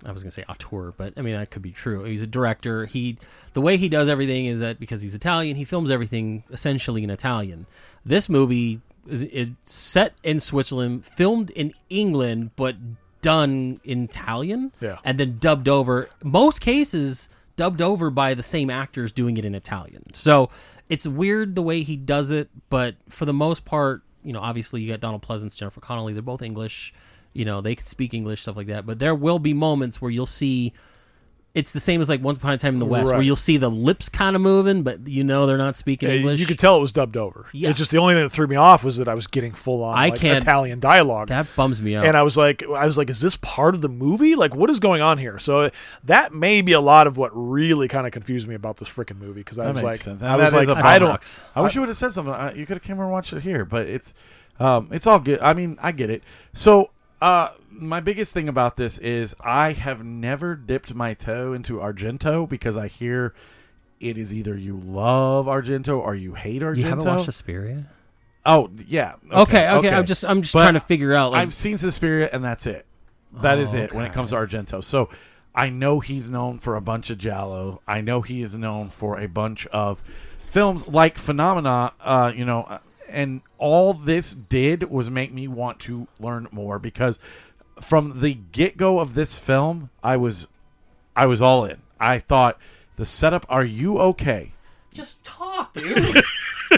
I was gonna say auteur, but I mean that could be true. He's a director. He the way he does everything is that because he's Italian, he films everything essentially in Italian. This movie is it's set in Switzerland, filmed in England, but done in Italian,
Yeah.
and then dubbed over. Most cases dubbed over by the same actors doing it in Italian. So it's weird the way he does it, but for the most part, you know, obviously you got Donald Pleasance, Jennifer Connelly, they're both English. You know, they could speak English, stuff like that. But there will be moments where you'll see it's the same as like Once Upon a Time in the West, where
Right.
you'll see the lips kind of moving, but you know they're not speaking English.
Uh, You could tell it was dubbed over. Yeah.
Yes.
It's just the only thing that threw me off was that I was getting full on
I
like,
can't-
Italian dialogue.
that bums me out.
and I was like, I was like, is this part of the movie? Like, what is going on here? So uh, that may be a lot of what really kind of confused me about this freaking movie because I
That
was
makes
like,
sense.
I
That
was
is
like,
a
I
bummer.
don't.
Sucks.
I wish you would have said something. I, you could have came over and watched it here, but it's um, it's all good. I mean, I get it. So uh, my biggest thing about this is I have never dipped my toe into Argento because I hear it is either you love Argento or you hate Argento.
you haven't watched Suspiria?
Oh yeah.
Okay, okay, I'm just- I'm just trying to figure out, like-
I've seen Suspiria, and that's it. That is it when it comes to Argento. So I know he's known for a bunch of Giallo. I know he is known for a bunch of films like Phenomena. Uh, you know, uh, and all this did was make me want to learn more because from the get go of this film, I was, I was all in. I thought the setup. Are you okay?
Just talk, dude.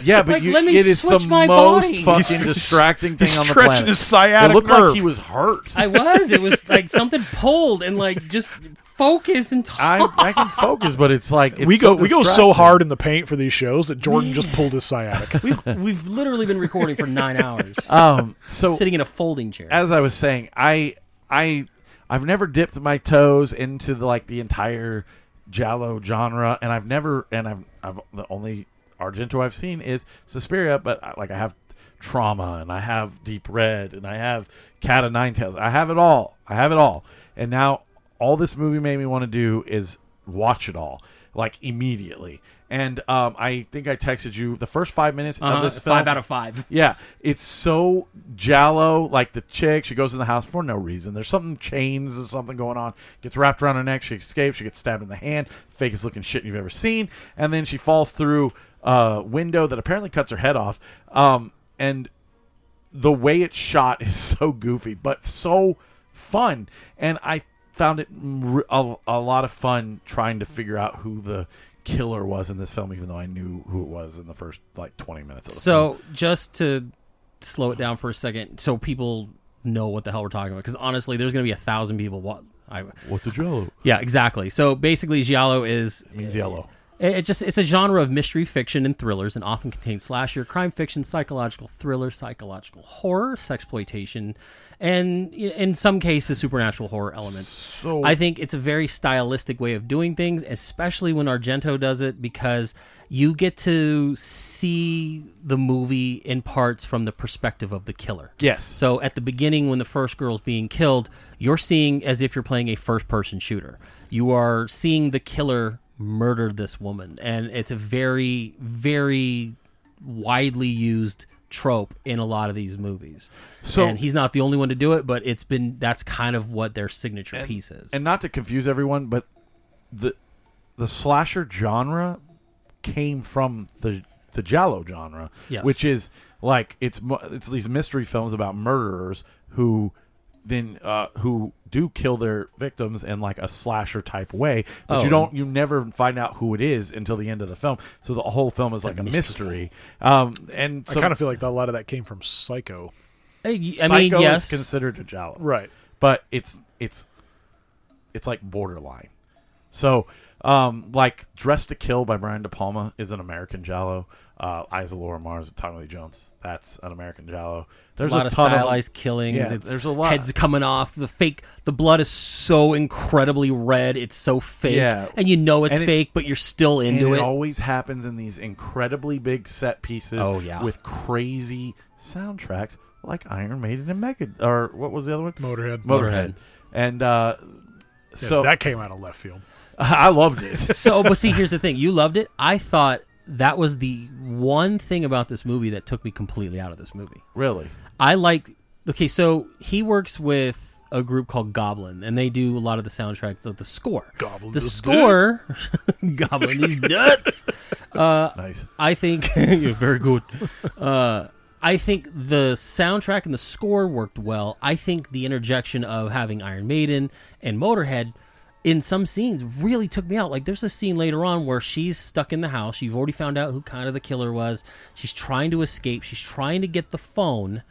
Yeah, but
Like,
you,
let me
it is
switch
the
my
most
body.
fucking distracting thing
he's
on the
stretching
planet.
his sciatic
it looked
nerve.
like he was hurt.
I was. It was like something pulled and like just focus and talk.
I, I can focus, but it's like it's
we go,
so
we go so
distracting.
hard in the paint for these shows that Jordan just pulled his sciatic.
We've, we've literally been recording for nine hours,
Um, so
sitting in a folding chair.
as I was saying, I I I've never dipped my toes into the, like the entire Jallo genre, and I've never and I've I've the only Argento I've seen is Suspiria, but I, like I have Trauma and I have Deep Red and I have Cat of Nine Tails. I have it all. I have it all, and now all this movie made me want to do is watch it all like immediately. And um, I think I texted you the first five minutes
Uh-huh,
of this film.
five out of five.
Yeah, it's so Jallo. Like the chick, she goes in the house for no reason. There's something chains or something going on. Gets wrapped around her neck. She escapes. She gets stabbed in the hand. Fakest looking shit you've ever seen. And then she falls through a window that apparently cuts her head off. Um, and the way it's shot is so goofy, but so fun. And I found it r- a, a lot of fun trying to figure out who the killer was in this film, even though I knew who it was in the first like 20 minutes of the film.
So just to slow it down for a second, so people know what the hell we're talking about, because honestly, there's going to be a thousand people. What? I,
What's a jello?
yeah, exactly. So basically, giallo is
It's yellow.
It, it just it's a genre of mystery fiction and thrillers, and often contains slasher, crime fiction, psychological thriller, psychological horror, sexploitation, and y- in some cases supernatural horror elements.
So
I think it's a very stylistic way of doing things, especially when Argento does it, because you get to see the movie in parts from the perspective of the killer.
Yes.
So at the beginning, when the first girl's being killed, you're seeing as if you're playing a first person shooter. You are seeing the killer murder this woman, and it's a very, very widely used trope in a lot of these movies.
So-
and he's not the only one to do it, but it's been that's kind of what their signature piece is.
And not to confuse everyone, but the the slasher genre came from the the giallo genre,
Yes.
which is like it's mu- it's these mystery films about murderers who then uh, who do kill their victims in like a slasher type way, but
Oh,
you
and-
don't you never find out who it is until the end of the film. So the whole film is like a mystery. Um, and so
I kind of feel like a lot of that came from Psycho.
Hey, I mean,
Psycho
yes,
is considered a giallo,
Right.
But it's it's it's like borderline. So, um, like "Dress to Kill" by Brian De Palma is an American giallo. Uh, "Eyes of Laura Mars" with Tommy Lee Jones, that's an American giallo. There's
a lot of
ton
stylized
of,
killings.
Yeah,
it's
there's a lot.
heads coming off. The fake, the blood is so incredibly red. It's so fake,
Yeah.
and you know it's
And it's-
fake, but you're still
and
into
it
it.
always happens in these incredibly big set pieces.
Oh, yeah.
with crazy soundtracks like Iron Maiden and Mega, or what was the other one?
Motorhead.
Motorhead. And uh,
Yeah,
so
that came out of left field.
I loved it.
so, but see, here's the thing. You loved it. I thought that was the one thing about this movie that took me completely out of this movie.
Really?
I like. Okay, so he works with a group called Goblin, and they do a lot of the soundtrack, the, the score.
Goblin
the
is
score. Goblin is nuts.
Nice.
I think you're very good. Uh, I think the soundtrack and the score worked well. I think the interjection of having Iron Maiden and Motorhead in some scenes really took me out. Like there's a scene later on where she's stuck in the house. You've already found out who kind of the killer was. She's trying to escape. She's trying to get the phone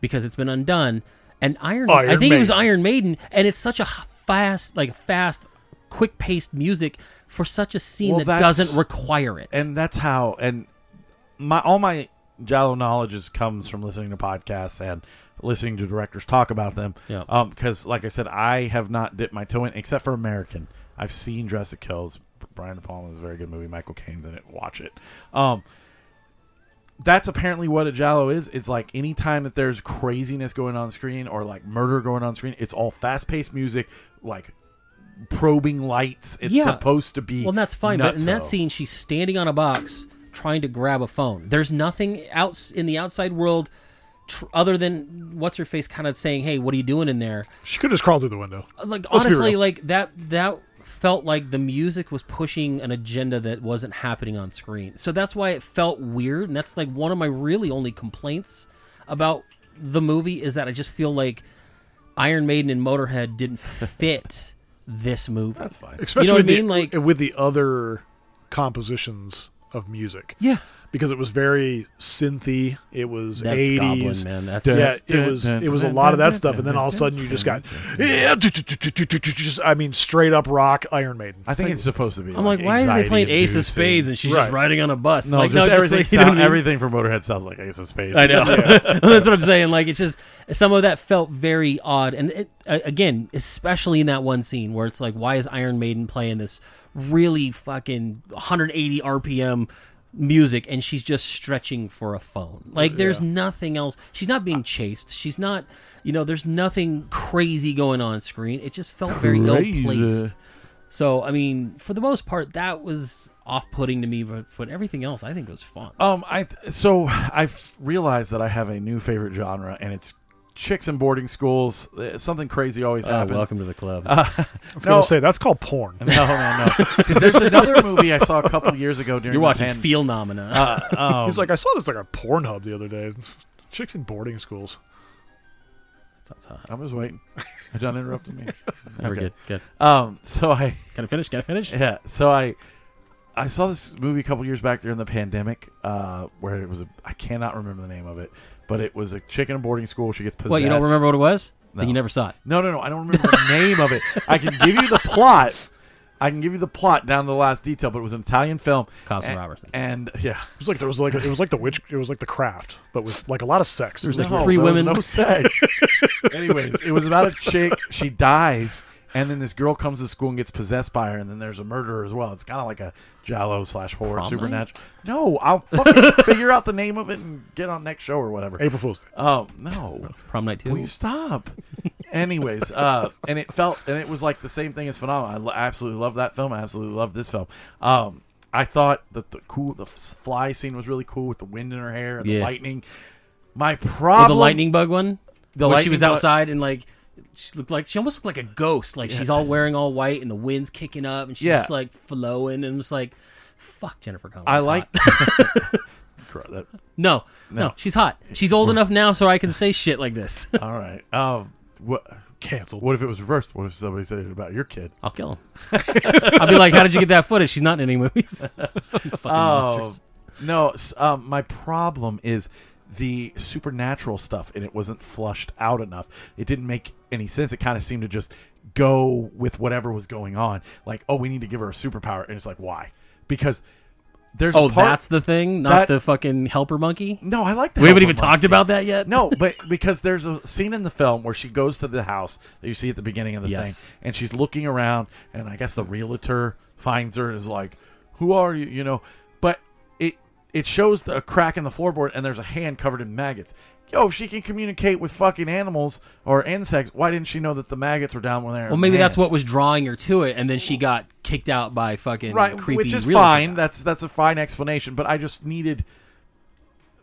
because it's been undone. And Iron,
Iron
I think it was
Maiden.
Iron Maiden, and it's such a h- fast, like fast, quick-paced music for such a scene
Well,
that
that's-
doesn't require it.
And that's how and my all my Jalo knowledge is, comes from listening to podcasts and listening to directors talk about them.
Yeah.
Um, because like I said, I have not dipped my toe in except for American. I've seen Dress to Kills. Brian De Palma is a very good movie. Michael Caine's in it. Watch it. Um, that's apparently what a Jalo is. It's like any time that there's craziness going on screen or like murder going on screen, it's all fast paced music, like probing lights. It's
Yeah.
supposed to be
Well, that's fine, but in that
nutso.
scene, she's standing on a box trying to grab a phone. There's nothing else in the outside world tr- other than what's her face kind of saying, "Hey, what are you doing in there?" Uh,
She could just crawl through the window.
Like
Let's be
honestly,
real.
like that that felt like the music was pushing an agenda that wasn't happening on screen. So that's why it felt weird, and that's like one of my really only complaints about the movie is that I just feel like Iron Maiden and Motorhead didn't fit this movie. That's fine.
Especially
you know what I
with the-
mean? Like
with the other compositions of music.
yeah.
Because it was very synthy. It was
That's
80s.
Goblin, man. That's
yeah,
just-
it was it was a lot of that stuff, and then all of a sudden you just got yeah, just- I mean straight up rock Iron Maiden.
I think it's supposed to be.
I'm like, why are they playing Ace of Spades and she's just
Right.
riding on a bus?
No,
like,
just
no,
everything.
just like, you know
sound-
what I mean?
everything from Motorhead sounds like Ace of Spades.
I know. That's what I'm saying. Like, it's just some of that felt very odd. And it, a- again, especially in that one scene where it's like, why is Iron Maiden playing this really fucking 180 RPM music and she's just stretching for a phone? Like, there's nothing else. She's not being chased. She's not, you know, there's nothing crazy going on screen. It just felt very ill
Crazy.
placed. So, I mean, for the most part, that was off putting to me, but, but everything else I think was fun.
Um, I th- so I've realized that I have a new favorite genre, and it's chicks in boarding schools. Uh, Something crazy always
Oh,
happens.
to the club.
I was gonna say that's called porn.
No, no, no. Because there's another movie I saw a couple years ago during
You're
the
watching
pan- um,
Feel Nomina.
Uh,
He's like, I saw this like on Pornhub the other day. Chicks in boarding schools.
Sounds hot.
I was waiting. John interrupted me.
We're good. Good.
Um, so I
Can I finish? Can I finish?
Yeah. So I I saw this movie a couple years back during the pandemic, uh, where it was a I cannot remember the name of it, but it was a chick in a boarding school. She gets possessed.
Well, you don't remember what it was?
No.
Then you never saw it.
No, no, no. I don't remember the name of it. I can give you the plot. I can give you the plot down to the last detail, but it was an Italian film.
Cops and
A-
Robertson.
And yeah,
It was like there was like it was like the witch. It was like the craft, but with like a lot of sex.
There's like
No,
three
there was
women.
No sex. Anyways, it was about a chick. She dies, and then this girl comes to school and gets possessed by her, and then there's a murderer as well. It's kind of like a Jallo slash horror
Prom night?
supernatural. No, I'll fucking figure out the name of it and get on next show or whatever.
April Fool's. Day.
Oh no.
Prom night
Will
two.
you stop? Anyways, uh, and it felt and it was like the same thing as Phenomenon. I lo- absolutely love that film. I absolutely love this film. Um, I thought that the cool the f- fly scene was really cool with the wind in her hair and the
Yeah.
lightning. My
Or
problem.
the lightning bug one.
The
where she was
lightning bug-
outside and like she looked like she almost looked like a ghost. Like she's all wearing all white and the wind's kicking up and she's
Yeah.
just like flowing and it's like, fuck Jennifer Connelly.
I
is
like.
hot.
Correct, that-
No, no, she's hot. She's old enough now, so I can say shit like this.
All right. Um. What?
Canceled.
What if it was reversed? What if somebody said it about your kid?
I'll kill him. I'll be like, how did you get that footage? She's not in any movies. You fucking
Oh.
monsters.
No, s- um, my problem is the supernatural stuff, and it wasn't flushed out enough. It didn't make any sense. It kind of seemed to just go with whatever was going on. Like, oh, we need to give her a superpower, and it's like, why? Because there's
Oh,
a part-
that's the thing, not
that-
the fucking helper monkey.
no. I like the
we haven't
helper
even talked
monkey.
about that yet.
No, but because there's a scene in the film where she goes to the house that you see at the beginning of the
Yes.
thing, and she's looking around, and I guess the realtor finds her and is like, "Who are you?" You know, but it it shows the, a crack in the floorboard, and there's a hand covered in maggots. Yo, if she can communicate with fucking animals or insects, why didn't she know that the maggots were down there?
Well, maybe that's what was drawing her to it, and then she got kicked out by fucking
right,
creepy.
which is
realtor
fine.
guy.
That's that's a fine explanation, but I just needed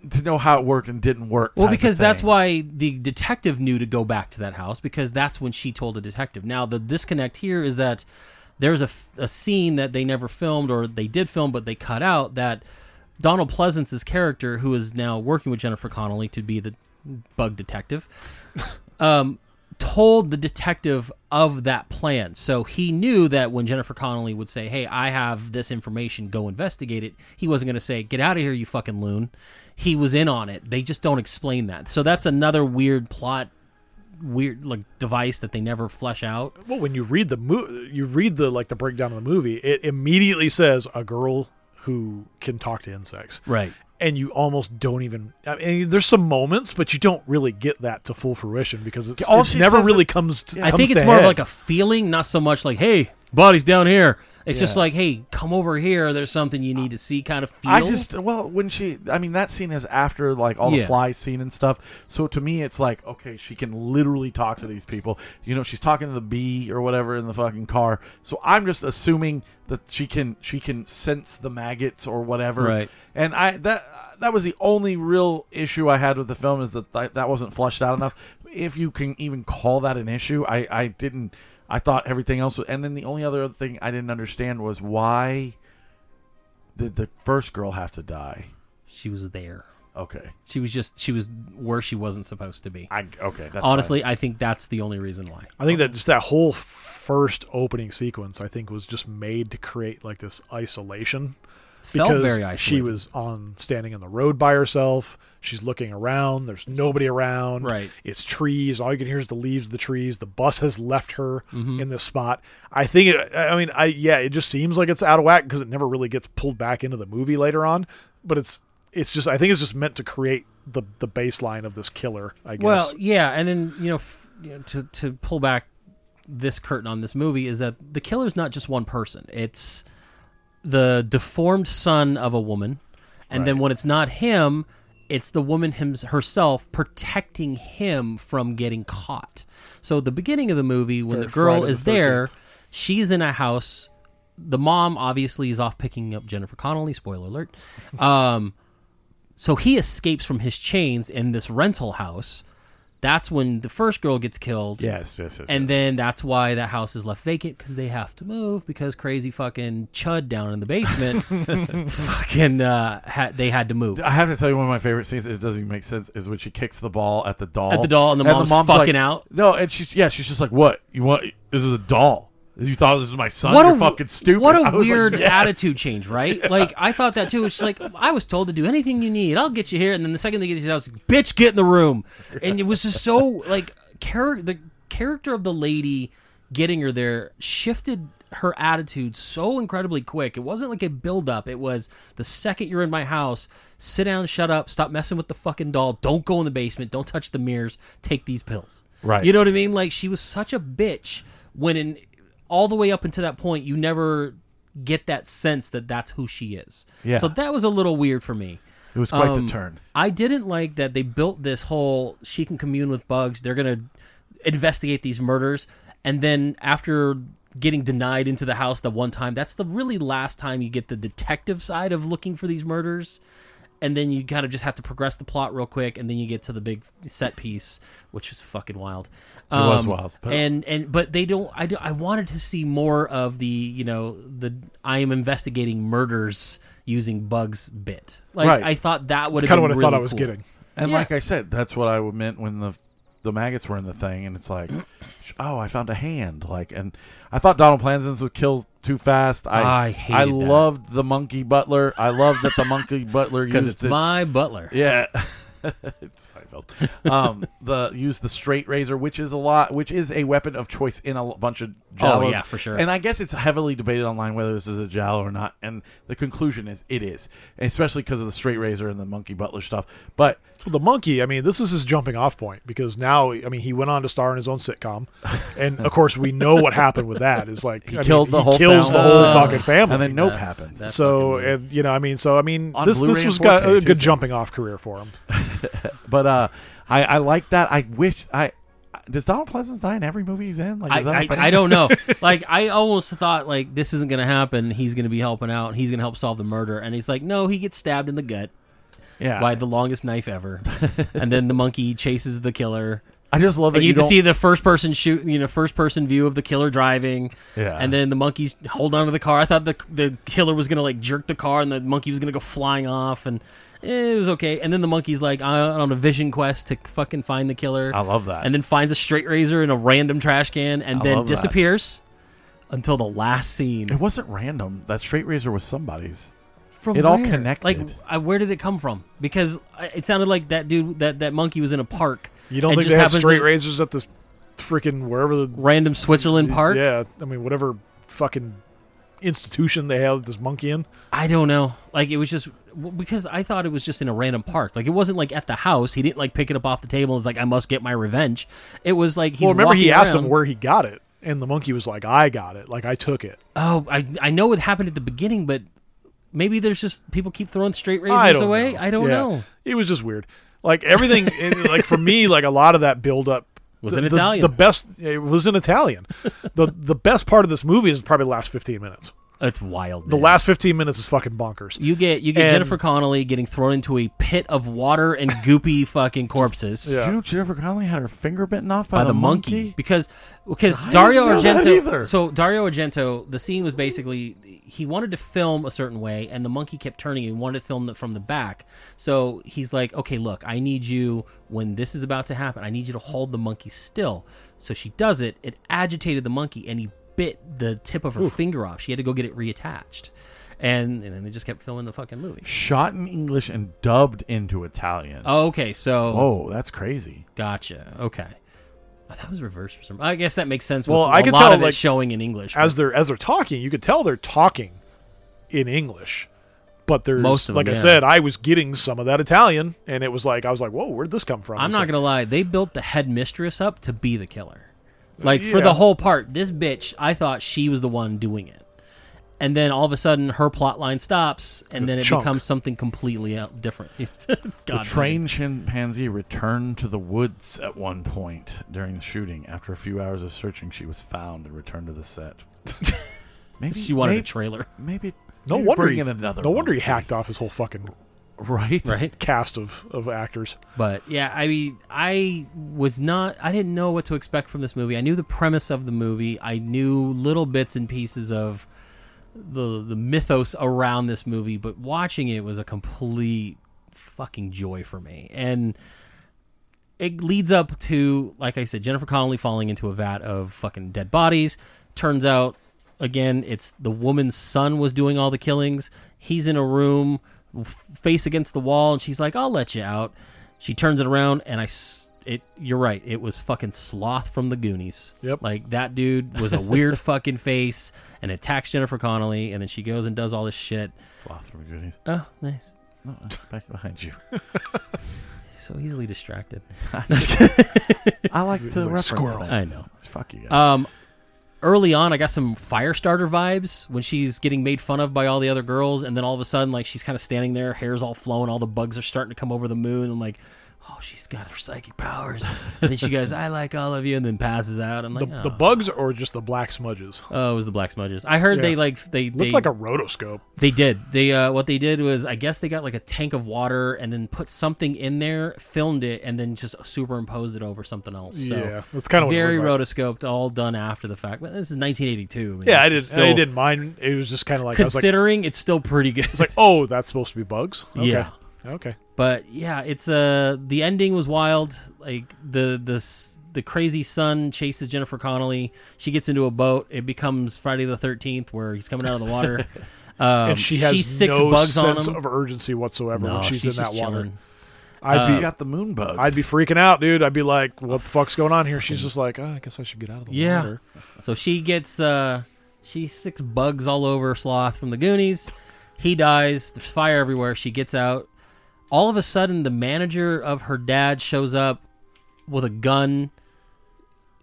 to know how it worked and didn't work.
Well,
type of
because that's
thing.
why the detective knew to go back to that house because that's when she told the detective. Now, the disconnect here is that there's a, f- a scene that they never filmed or they did film but they cut out that Donald Pleasance's character, who is now working with Jennifer Connelly to be the bug detective, um, told the detective of that plan. So he knew that when Jennifer Connelly would say, "Hey, I have this information, go investigate it," he wasn't going to say, "Get out of here, you fucking loon." He was in on it. They just don't explain that. So that's another weird plot, weird like device that they never flesh out.
Well, when you read the mo- you read the like the breakdown of the movie, it immediately says a girl who can talk to insects.
Right.
And you almost don't even. I mean, there's some moments, but you don't really get that to full fruition because it's,
All
it
she
never
says
really
is-
comes. To,
I
comes
think
to
it's more of
head.
like a feeling, not so much like, "Hey, body's down here." It's just
Yeah.
like, "Hey, come over here. There's something you need to see." Kind of feel.
I just well when she I mean that scene is after like all
Yeah.
the fly scene and stuff. So to me it's like okay, she can literally talk to these people. You know, she's talking to the bee or whatever in the fucking car. So I'm just assuming that she can she can sense the maggots or whatever.
Right.
And I that that was the only real issue I had with the film is that th- that wasn't flushed out enough. If you can even call that an issue, I I didn't I thought everything else was, and then the only other thing I didn't understand was why did the first girl have to die?
she was there.
Okay.
She was just she was where she wasn't supposed to be.
I okay. That's
Honestly, I think that's the only reason why.
I think that just that whole first opening sequence, I think, was just made to create like this isolation.
Felt very isolated.
she was on standing on the road by herself. She's looking around. There's nobody around.
Right.
It's trees. All you can hear is the leaves of the trees. The bus has left her
Mm-hmm.
in this spot. I think. It, I mean, I yeah. It just seems like it's out of whack because it never really gets pulled back into the movie later on. But it's it's just. I think it's just meant to create the the baseline of this killer. I guess.
Well, yeah, and then you know, f- you know to to pull back this curtain on this movie is that the killer's not just one person. It's the deformed son of a woman, and then when it's not him, it's the woman hims herself protecting him from getting caught. So at the beginning of the movie, when
Fri-
the girl
Friday the
is there, she's in a house. The mom obviously is off picking up Jennifer Connelly. Spoiler alert. Um, so he escapes from his chains in this rental house. That's when the first girl gets killed.
Yes, yes, yes.
And then that's why that house is left vacant because they have to move because crazy fucking chud down in the basement, fucking uh, had they had to move.
I have to tell you, one of my favorite scenes. It doesn't even make sense. Is when she kicks the ball at the doll.
At the doll, and the mom's fucking
like,
out.
No, and she's yeah, she's just like, "What you want? This is a doll. You thought this was my son?
What
You're
a
fucking stupid."
What
I
a
was like,
weird
"Yes."
attitude change, right? Like I thought that too. It's just like I was told to do anything you need. I'll get you here, and then the second they get to the house, like, bitch, get in the room. And it was just so like char- the character of the lady getting her there shifted her attitude so incredibly quick. It wasn't like a build up. It was the second you're in my house, sit down, shut up, stop messing with the fucking doll. Don't go in the basement. Don't touch the mirrors. Take these pills.
Right.
You know what I mean? Like she was such a bitch when in all the way up until that point you never get that sense that that's who she is.
Yeah.
So that was a little weird for me.
It was quite
Um,
the turn.
I didn't like that they built this whole she can commune with bugs. They're gonna investigate these murders, and then after getting denied into the house the one time, that's the really last time you get the detective side of looking for these murders. and then you kind of just have to progress the plot real quick, and then you get to the big set piece, which was fucking wild. Um,
was wild, but-
and and but they don't. I do, I wanted to see more of the you know the I am investigating murders using bugs bit. Like
Right.
I thought that would
It's
have
kind of
been
what I
really
thought I was
cool.
getting.
And
Yeah.
like I said, that's what I would meant when the the maggots were in the thing, and it's like, oh, I found a hand. Like, and I thought Donald Pleasance would kill too fast. I
I hated
I
that.
loved the monkey butler. I loved that the monkey butler used
because it's
its-
my butler.
yeah. it's Seinfeld. Um, the use the straight razor, which is a lot, which is a weapon of choice in a l- bunch of Jellos.
Oh, yeah, for sure.
And I guess it's heavily debated online whether this is a Jello or not. And the conclusion is it is, especially because of the straight razor and the monkey butler stuff. But
Well, the monkey, I mean, this is his jumping off point because now, I mean, he went on to star in his own sitcom, and of course, we know what happened with that. Is like he
killed the whole
kills the
family.
whole
Ugh.
fucking family.
and then nope happens.
That's
so
fucking weird.
and, you know, I mean, so I mean,
On
this
Blu-ray
this was
and
got
4K
a
too,
good
so-
jumping off career for him.
But uh, I I like that. I wish I. Does Donald Pleasance die in every movie he's in? Like,
I,
is that a
I,
thing?
I don't know. Like I almost thought like this isn't gonna happen. He's gonna be helping out. He's gonna help solve the murder. And he's like, no, he gets stabbed in the gut
Yeah,
by the longest knife ever. and then the monkey chases the killer.
I just love that
And you,
you
get to
don't
see the first person shoot, you know, first person view of the killer driving.
Yeah.
And then the monkeys hold onto the car. I thought the the killer was gonna like jerk the car, and the monkey was gonna go flying off. And eh, it was okay. And then the monkey's like on on a vision quest to fucking find the killer.
I love that.
And then finds a straight razor in a random trash can, and
I
then
love that.
disappears until the last scene.
it wasn't random. That straight razor was somebody's.
From
It all
where?
connected.
Like, I, where did it come from? Because I- it sounded like that dude, that that monkey was in a park.
You don't
and
think
just
they had
happens
straight
to-
razors at this freaking wherever the
Random Switzerland park.
Yeah, I mean, whatever fucking institution they held this monkey in.
I don't know. Like it was just w- because I thought it was just in a random park. Like it wasn't like at the house. He didn't like pick it up off the table. and was like I must get my revenge. It was like he's
well, remember he
walking
asked him
around-
where he got it, and the monkey was like, "I got it. Like I took it."
Oh, I I know it happened at the beginning, but maybe there's just people keep throwing straight
I
razors
don't
away.
know.
I don't
Yeah.
know.
It was just weird. Like everything, and, like for me, like a lot of that build up
Was
the-
in
the-
Italian.
The best it was in Italian. the The best part of this movie is probably the last fifteen minutes.
It's wild.
The
man.
last fifteen minutes is fucking bonkers.
you get you get
and-
Jennifer Connelly getting thrown into a pit of water and goopy fucking corpses.
Yeah.
Did you know Jennifer Connelly had her finger bitten off by,
by
the,
the monkey, because because
I
Dario
didn't know that
Argento.
either.
So Dario Argento, the scene was basically he wanted to film a certain way, and the monkey kept turning and wanted to film it from the back. So he's like, "Okay, look, I need you when this is about to happen. I need you to hold the monkey still." So she does it. It agitated the monkey, and he bit the tip of her finger off. She had to go get it reattached, and and then they just kept filming the fucking movie.
Shot in English and dubbed into Italian.
Okay, so
Whoa, that's crazy.
Gotcha. Okay. I thought it was reversed for some. I guess that makes sense.
Well,
with
I
a
could
lot
tell,
of it
like,
showing in English.
As
but
they're as they're talking, you could tell they're talking in English. But there's
Most of them,
like I
yeah.
said, I was getting some of that Italian, and it was like I was like, "Whoa, where'd this come from?"
I'm
It's
not
like,
gonna lie, they built the headmistress up to be the killer. Like for
yeah.
the whole part, this bitch, I thought she was the one doing it, and then all of a sudden her plot line stops, and then it
Chunk.
becomes something completely el- different. It's-
the
God,
trained chimpanzee returned to the woods at one point during the shooting. After a few hours of searching, she was found and returned to the set. maybe
She wanted
maybe,
a trailer,
Maybe
No
maybe
wonder
bring
he,
in another.
No wonder he
monkey.
hacked off his whole fucking
Right,
right?
cast of, of actors.
But yeah, I mean, I was not. I didn't know what to expect from this movie. I knew the premise of the movie. I knew little bits and pieces of the the mythos around this movie. But watching it was a complete fucking joy for me. And it leads up to, like I said, Jennifer Connelly falling into a vat of fucking dead bodies. Turns out, again, it's the woman's son was doing all the killings. He's in a room, f- face against the wall, and she's like, "I'll let you out." She turns it around, and I, s- it, you're right, it was fucking sloth from the Goonies.
Yep.
like that dude was a weird fucking face and attacks Jennifer Connelly, and then she goes and does all this shit.
Sloth from Goonies.
Oh, nice.
No, I'm back behind you.
So easily distracted.
I like to reference
squirrel.
things.
I know.
Fuck you guys.
Um, early on, I got some Firestarter vibes when she's getting made fun of by all the other girls, and then all of a sudden, like she's kind of standing there, hair's all flowing, all the bugs are starting to come over the moon. and like, oh, she's got her psychic powers. And then she goes, I like all of you, and then passes out. I'm
The,
like,
the
"Oh."
bugs or just the black smudges?
Oh, it was the black smudges. I heard
Yeah.
they like they
Looked
they
like a rotoscope.
they did. They uh, what they did was I guess they got like a tank of water and then put something in there, filmed it, and then just superimposed it over something else. So
yeah, that's kind of
very
what it looked like.
rotoscoped, all done after the fact. But this is 1982. I mean,
Yeah, I
it's
didn't. I
still-
didn't mind. It was just kind of like I was like,
considering it's still pretty good.
it's like, oh, that's supposed to be bugs. Okay.
Yeah.
Okay.
but yeah, it's uh the ending was wild. Like the the s- the crazy son chases Jennifer Connolly. She gets into a boat. It becomes Friday the Thirteenth, where he's coming out of the water. Um,
and she has
she's six
no
bugs
sense
on him.
of urgency whatsoever
No,
when she's, in that
just
water.
chilling. Uh,
I'd
She
be
got the moon bugs.
I'd be freaking out, dude. I'd be like, what the fuck's going on here? She's just like, oh, I guess I should get out of the
Yeah.
water.
So she gets uh she six bugs all over Sloth from the Goonies. He dies. There's fire everywhere. She gets out. All of a sudden, the manager of her dad shows up with a gun.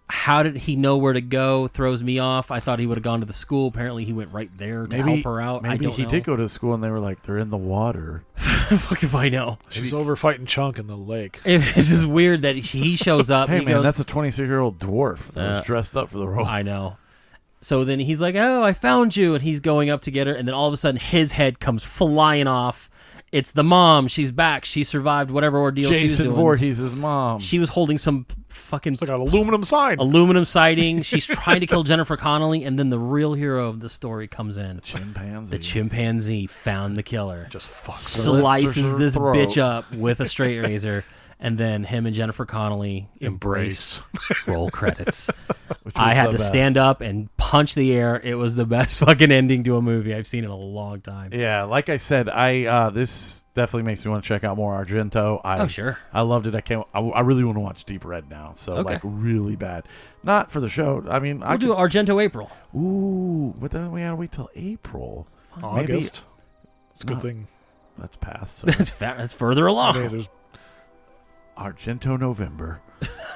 How did he know where to go? Throws me off. I thought he would have gone to the school. Apparently, he went right there to help her out.
Maybe
I don't
he
know.
did go to school, and they were like, "They're in the water."
Fuck if I know.
She's over fighting Chunk in the lake.
It's just weird that he shows up.
Hey
he
man,
goes,
that's a 26 year old dwarf that
Uh,
was dressed up for the role.
I know. So then he's like, "Oh, I found you," and he's going up to get her, and then all of a sudden his head comes flying off. It's the mom. She's back. She survived whatever ordeal she was
Jason
doing.
Voorhees' his mom.
She was holding some fucking
It's like an aluminum sign.
aluminum siding. She's trying to kill Jennifer Connolly, and then the real hero of the story comes in.
Chimpanzee.
The chimpanzee found the killer. Just
her,
slices
her
this
throat.
bitch up with a straight razor, and then him and Jennifer Connolly embrace. Roll credits. I
was
had
the
to
best.
stand up and punch the air. It was the best fucking ending to a movie I've seen in a long time.
Yeah, like I said, I uh, this definitely makes me want to check out more Argento. I,
Oh, sure.
I loved it. I can't. I, I really want to watch Deep Red now. So
Okay.
like really bad. Not for the show. I mean, I
I'll do Argento April.
could, ooh, but then we gotta wait till April. Maybe-
August. It's a good
Uh,
Not-
thing.
that's past. So
That's fa- that's further
I mean,
along.
there's-
Argento November.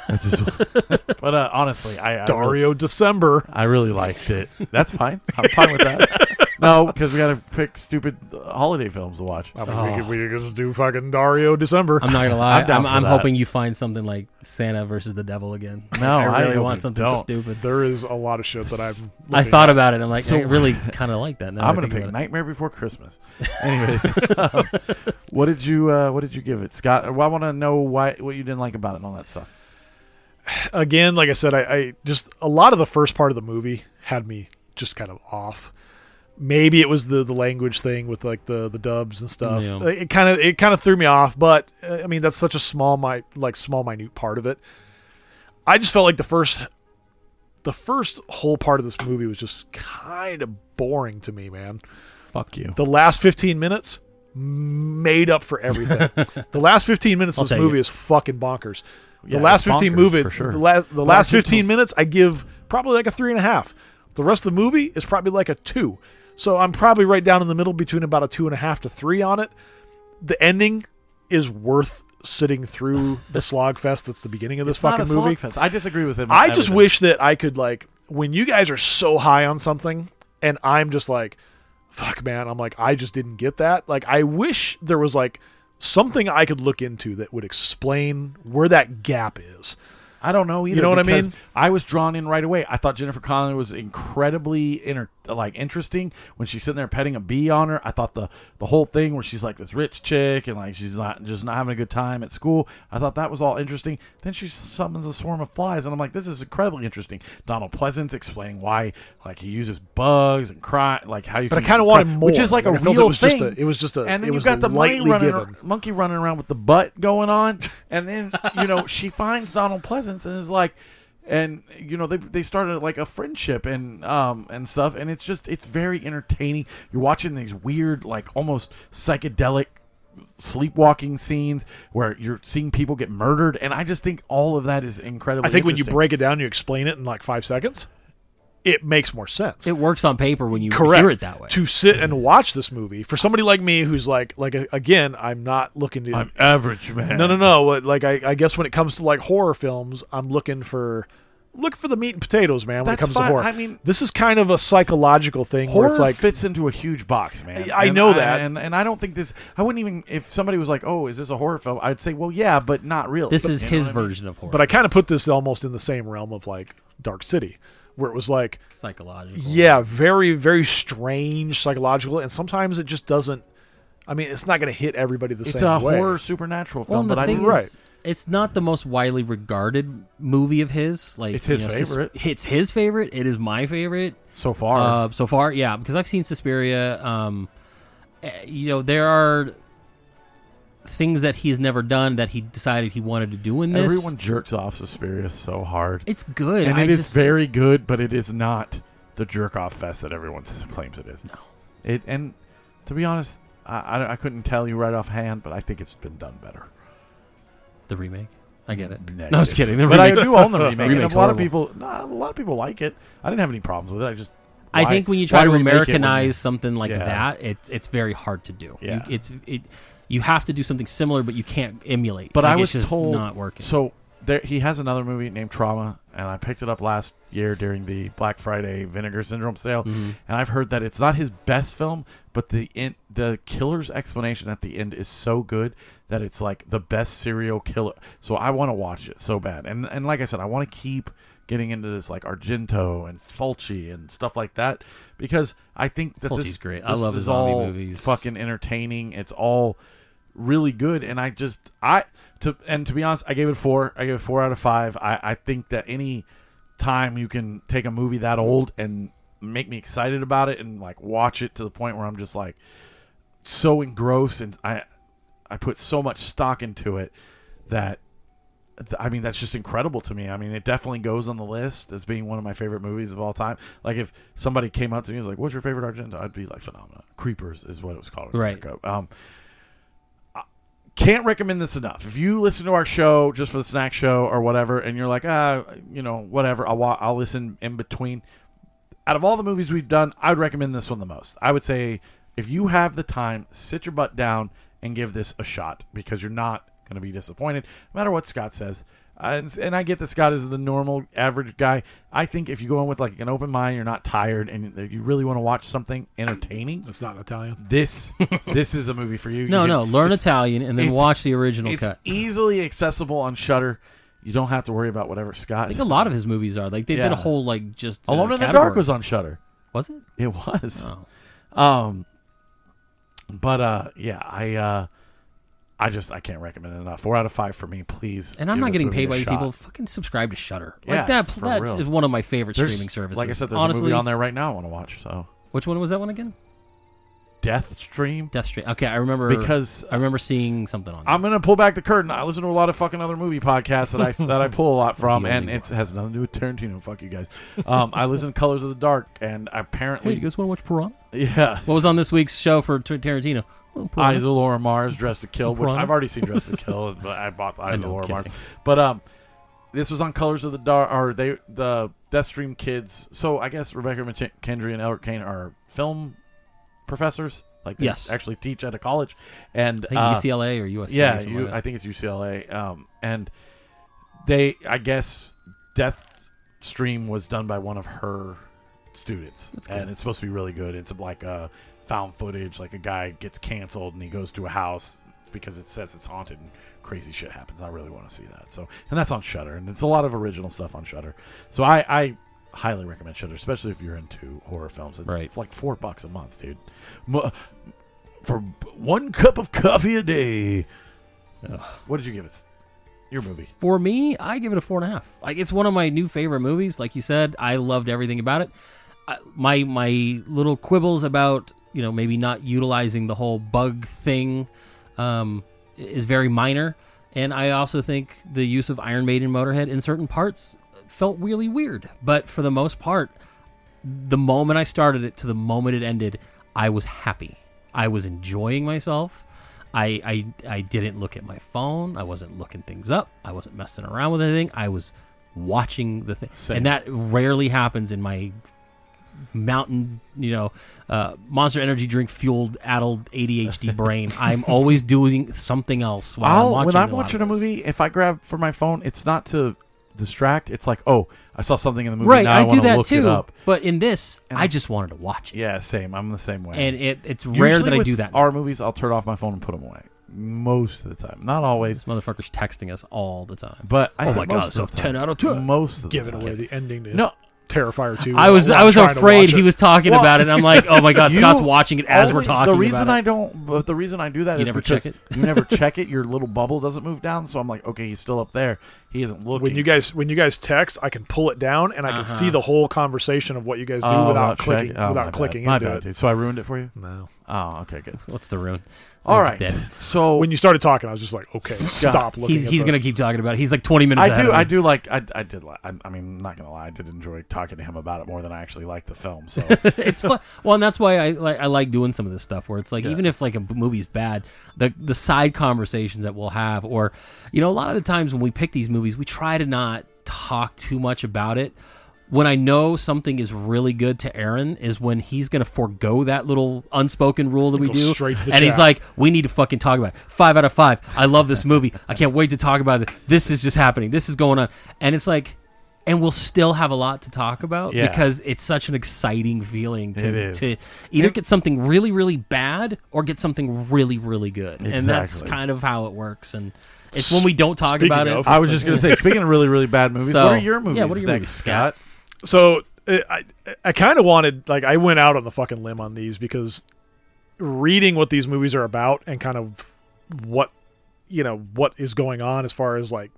I just- but uh, honestly, I I, really,
Dario December.
I really liked it. That's fine. I'm fine with that. No, because we gotta pick stupid uh, holiday films to watch.
I mean, we, could, we could just do fucking Dario December.
uh, I'm not gonna lie.
I'm down
I'm,
for
I'm,
that.
hoping you find something like Santa versus the Devil again.
No, I
I really
hope
want
you
something
don't.
stupid.
there is a lot of shit that I'm.
I
looking
thought
at.
about it. I'm like,
So-
I really kind of like that. Now
I'm
that I
gonna
think
pick
about it.
Nightmare Before Christmas. Anyways, um, what did you uh, what did you give it, Scott? Well, I want to know why what you didn't like about it and all that stuff.
Again, like I said, I, I just a lot of the first part of the movie had me just kind of off. Maybe it was the the language thing with like the the dubs and stuff.
Yeah.
Uh, It kind of it kind of threw me off, but uh, I mean that's such a small my like small minute part of it. I just felt like the first the first whole part of this movie was just kind of boring to me, man.
Fuck you.
the last 15 minutes made up for everything. the last 15 minutes
I'll
of this
take
movie
it.
is fucking bonkers. The
Yeah,
last
it's
15
bonkers,
movie,
for sure.
the last the
Lot
last
of details.
15 minutes, I give probably like a three and a half. The rest of the movie is probably like a two. So I'm probably right down in the middle between about a two and a half to three on it. The ending is worth sitting through the slog fest that's the beginning of this
It's not
fucking
a slog
movie.
fest. I disagree with him. on
I just
everything.
wish that I could like when you guys are so high on something and I'm just like fuck man, I'm like I just didn't get that. Like I wish there was like something I could look into that would explain where that gap is.
I don't know either.
know what I
because
mean?
I was drawn in right away. I thought Jennifer Connelly was incredibly inter- like interesting when she's sitting there petting a bee on her. I thought the the whole thing where she's like this rich chick and like she's not just not having a good time at school. I thought that was all interesting. Then she summons a swarm of flies, and I'm like, this is incredibly interesting. Donald Pleasance explaining why like he uses bugs and cry like how you.
But I
can-
kinda wanted more.
which is like,
Like,
a
I felt it
real
was
thing.
just a- it was just a-
and then
it
you've
was
got the monkey
lightly
running,
given.
monkey running around with the butt going on, and then you know she finds Donald Pleasance and is like, and you know they they started like a friendship and um and stuff, and it's just it's very entertaining. You're watching these weird like almost psychedelic sleepwalking scenes where you're seeing people get murdered, and I just think all of that is incredibly.
I think when you
interesting.
break it down, you explain it in like 5 seconds, it makes more sense.
It works on paper when you
Correct.
hear it that way.
To sit and watch this movie for somebody like me who's like like again, I'm not looking to
I'm average man.
No, no, no. What, like I, I guess when it comes to like horror films, I'm looking for look for the meat and potatoes, man. When
That's
it comes
fine.
to horror,
I mean-
this is kind of a psychological thing
Horror
where it's like
fits into a huge box, man.
I- I
And
know that.
and and I don't think this. I wouldn't even if somebody was like, "Oh, is this a horror film?" I'd say, "Well, yeah, but not really."
This
But-
is
you know
his
what I mean?
version of horror.
But I kind of put this almost in the same realm of like Dark City, where it was like,
psychological.
yeah, very, very strange psychological, and sometimes it just doesn't. I mean, it's not going to hit everybody the
It's
same
a
way.
horror supernatural
Well, and
film,
the
but I
thing
do
is,
right.
it's not the most widely regarded movie of his. Like
It's his
you know, sus-
favorite.
it's his favorite. It is my favorite
so far.
uh, so far. Yeah, because I've seen Suspiria. Um, eh, you know, there are things that he's never done that he decided he wanted to do in this.
everyone jerks off Suspiria so hard,
it's good,
and
and, I
it is
just
very good, but it is not the jerk off fest that everyone s- claims it is. No, it and to be honest, I, I I couldn't tell you right offhand, but I think it's been done better.
the remake. I get it. No, I was
Negative.
kidding. The
but I
remake's-
do own the remake. and
remake's
a lot of
horrible.
people, nah, a lot of people like it. I didn't have any problems with it. I just,
I
why-
think when you try
why
to
remake it when you-
Americanize something like
Yeah.
that, it's it's very hard to do. You-
Yeah.
it's it. You have to do something similar, but you can't emulate.
but
Like,
I was
it's just
told
not working.
So there, he has another movie named Trauma, and I picked it up last year during the Black Friday Vinegar Syndrome sale,
Mm-hmm.
and I've heard that it's not his best film, but the in, the killer's explanation at the end is so good that it's like the best serial killer. So I want to watch it so bad, and and like I said, I want to keep getting into this like Argento and Fulci and stuff like that because I think that this,
Fulci's great. I
this
love his
is
zombie
all
movies.
Fucking entertaining. It's all really good, and I just I to and to be honest, I gave it four. I gave it four out of five. I I think that any time you can take a movie that old and make me excited about it and like watch it to the point where I'm just like so engrossed and I I put so much stock into it that th- I mean that's just incredible to me. I mean it definitely goes on the list as being one of my favorite movies of all time. Like if somebody came up to me and was like, "What's your favorite Argento?" I'd be like, "Phenomena." Creepers is what it was called. in
Right.
America. Um, I- can't recommend this enough. If you listen to our show just for the snack show or whatever, and you're like, ah, you know, whatever, I'll wa- I'll listen in between out of all the movies we've done, I would recommend this one the most. I would say if you have the time, sit your butt down and give this a shot because you're not going to be disappointed, no matter what Scott says. Uh, and, and I get that Scott is the normal average guy. I think if you go in with like an open mind, you're not tired, and you really want to watch something entertaining.
It's not Italian.
This this is a movie for you.
no,
You
no,
can-
learn
it's-
Italian and then
it's-
watch the original
It's
cut.
easily accessible on Shutter. You don't have to worry about whatever Scott.
I think a lot of his movies are like they did
Yeah.
a whole like just uh,
Alone in the
category.
Dark was on Shutter.
was it?
It was.
Oh.
Um, but uh, yeah, I uh, I just I can't recommend it enough. Four out of five for me, please.
And I'm
give
not
this
getting
movie
paid
a
by you
shot.
people. Fucking subscribe to Shutter.
Yeah,
Like that.
for
That
real.
is one of my favorite
There's-
streaming services.
Like I said, there's
honestly,
a movie on there right now. I want to watch. So
Which one was that one again?
Death Stream.
Death Street. Okay, I remember
Because-
I remember seeing something on. There.
I'm gonna pull back the curtain. I listen to a lot of fucking other movie podcasts that I that I pull a lot from,
The
and
only
it has nothing to do with Tarantino. Fuck you guys. Um, I listen to Colors of the Dark, and
Hey,
apparently,
do you guys want to watch Piranha?
yeah,
What was on this week's show for Tar- Tarantino? Well, Piranha.
Eyes of Laura Mars, Dress to Kill. Which
Piranha?
I've already seen Dress to Kill, but I bought the Eyes
know,
of
I'm
Laura Mars.
kidding.
But um, this was on Colors of the Dark, or they the Deathstream kids. So I guess Rebecca McKendry and Albert Kane are film professors. Like they
Yes.
actually teach at a college, and
I think
uh,
UCLA or USC. or
yeah,
something
you,
like that.
I think it's UCLA. Um, and they, I guess, Death Stream was done by one of her students,
That's
and
cool.
it's supposed to be really good. It's like a found footage, like a guy gets canceled and he goes to a house because it says it's haunted and crazy shit happens. I really want to see that. So, and that's on Shutter, and it's a lot of original stuff on Shutter. So I, I highly recommend Shutter, especially if you're into horror films. It's
Right.
like four bucks a month, dude. Mo- for one cup of coffee a day. What did you give it? Your movie.
For me, I give it a four and a half. Like it's one of my new favorite movies. Like you said, I loved everything about it. I, my my little quibbles about you know maybe not utilizing the whole bug thing um, is very minor, and I also think the use of Iron Maiden Motorhead in certain parts felt really weird. But for the most part, the moment I started it to the moment it ended, I was happy. I was enjoying myself. I, I I didn't look at my phone. I wasn't looking things up. I wasn't messing around with anything. I was watching the thing, and that rarely happens in my mountain, you know, uh, Monster Energy drink fueled addled ADHD brain. I'm always doing something else while
I'll,
I'm watching.
when I'm
lot of
watching a
this.
movie, if I grab for my phone, it's not to distract. It's like, oh, I saw something in the movie.
right,
now
I, do
wanna
that
look It
too.
up.
But in this, I just wanted to watch it,
Yeah, same. I'm the same way.
and it, it's rare
Usually
that I
with
do that.
Our movies, I'll turn off my phone and put them away. Most of the time, not always,
this motherfucker's texting us all the time.
but I
Oh
say
my God,
most
so
of the time.
10 out of 10.
Most of
giving
the time.
away the ending to
No,
Terrifier 2.
I was
while
I was
trying to watch
afraid
it.
he was talking
Well,
about it, and I'm like, oh my god,
You-
Scott's watching it as we're
only-
talking.
The reason
about
I
it.
don't, but the reason I do that is
You never
because
check
you never check it. Your little bubble doesn't move down, so I'm like, okay, he's still up there. He isn't looking.
When you guys when you guys text, I can pull it down and I can see the whole conversation of what you guys do
Uh-huh. Oh,
without
check-
clicking
oh, my
without
bad.
clicking
My
into
bad,
it.
dude. So I ruined it for you.
No.
Oh, okay, good.
What's the ruin?
All
It's
right.
dead.
So
When you started talking, I was just like, okay, stop looking.
He's
at
he's
the-
gonna keep talking about it. He's like 20 minutes.
I
ahead
do,
of
I
me.
do like, I, I did like. I, I mean, not gonna lie, I did enjoy talking to him about it more than I actually liked the film. So
it's fun. Well, and that's why I like I like doing some of this stuff where it's like even if like a b- movie's bad, the the side conversations that we'll have, or you know, a lot of the times when we pick these movies, we try to not talk too much about it. When I know something is really good to Aaron is when he's going to forego that little unspoken rule that we
Go
do,
straight to
and
the
he's
chat.
like, "We need to fucking talk about it." Five out of five. I love this movie. I can't wait to talk about it. This is just happening. This is going on, and it's like, and we'll still have a lot to talk about
Yeah.
because it's such an exciting feeling to,
It is.
to either get something really really bad or get something really really good and that's
Exactly.
kind of how it works and it's when we don't talk
Speaking
about it
of-
I was just gonna say, speaking of really, really bad movies,
So,
what are your movies?
yeah, what are your
next,
movies, Scott?
So uh, I I kind of wanted like I went out on the fucking limb on these because reading what these movies are about and kind of what you know what is going on as far as like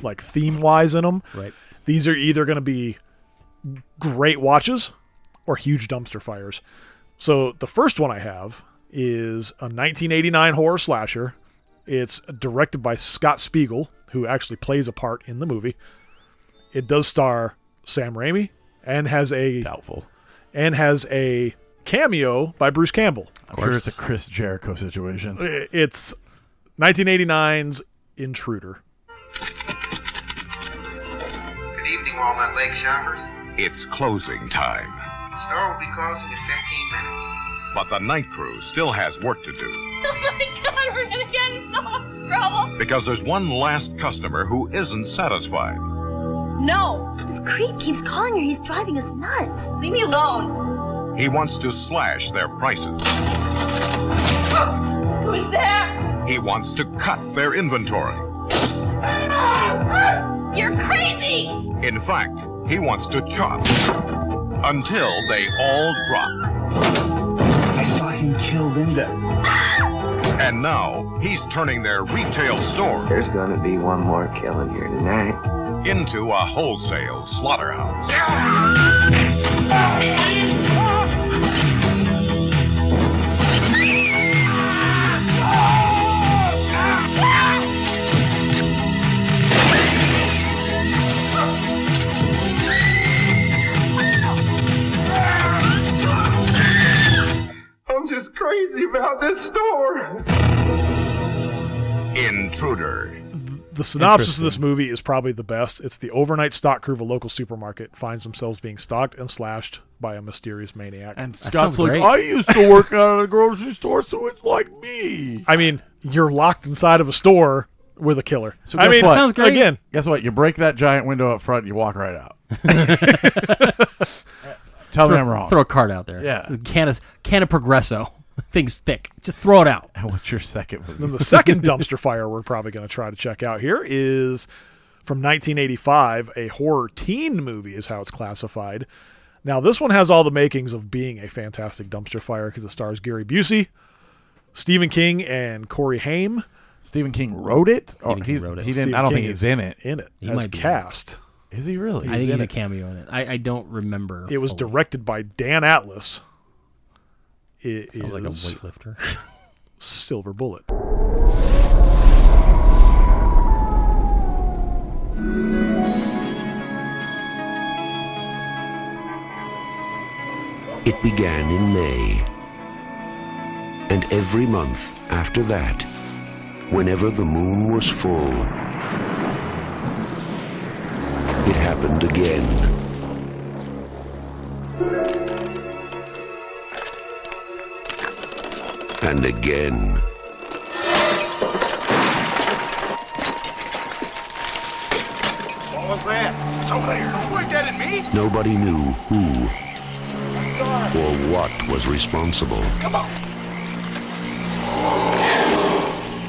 like theme wise in them.
right
These are either going to be great watches or huge dumpster fires. So the first one I have is a 1989 horror slasher. It's directed by Scott Spiegel, who actually plays a part in the movie. It does star Sam Raimi and has a
Doubtful.
and has a cameo by Bruce Campbell.
I'm sure it's a Chris Jericho situation.
It's 1989's Intruder.
Good evening, Walnut Lake shoppers.
It's closing time,
The store will be closing in 15 minutes.
but the night crew still has work to do
Oh my god, we're gonna get in so much trouble.
because there's one last customer who isn't satisfied.
No. This creep keeps calling her. He's driving us nuts. Leave me alone.
He wants to slash their prices.
Who's there?
He wants to cut their inventory.
You're crazy.
In fact, he wants to chop until they all drop.
I saw him kill Linda.
And now he's turning their retail store
There's gonna be one more killing here tonight.
into a wholesale slaughterhouse.
I'm just crazy about this store.
Intruder.
The synopsis of this movie is probably the best. It's the overnight stock crew of a local supermarket finds themselves being stalked and slashed by a mysterious maniac.
And
sounds
Scott's like,
great.
I used to work out at a grocery store, so it's like me.
I mean, you're locked inside of a store with a killer. So I
guess
mean,
what?
Sounds great.
Again,
Guess what? You break that giant window up front, you walk right out. Tell me I'm wrong.
throw a card out there
Yeah.
can of can of progresso things thick just throw it out
What's your second movie?
the second dumpster fire we're probably going to try to check out here is from 1985, a horror teen movie is how it's classified. Now, this one has all the makings of being a fantastic dumpster fire because it stars Gary Busey, Stephen King, and Corey Haim.
Stephen King wrote it. Or
King
he's-
wrote it.
He didn't.
Stephen
I don't
King
think
is
he's in it.
In it,
He
as
might be in it.
cast.
Is he really?
I think
in
he's a
it.
cameo in it I, I don't remember
It was
fully.
directed by Dan Atlas. It
Sounds like a
is
weightlifter
Silver Bullet.
It began in May. And every month after that, whenever the moon was full, it happened again. And again.
All of
What's over there? Don't point that at me.
Nobody knew who or what was responsible.
Come on.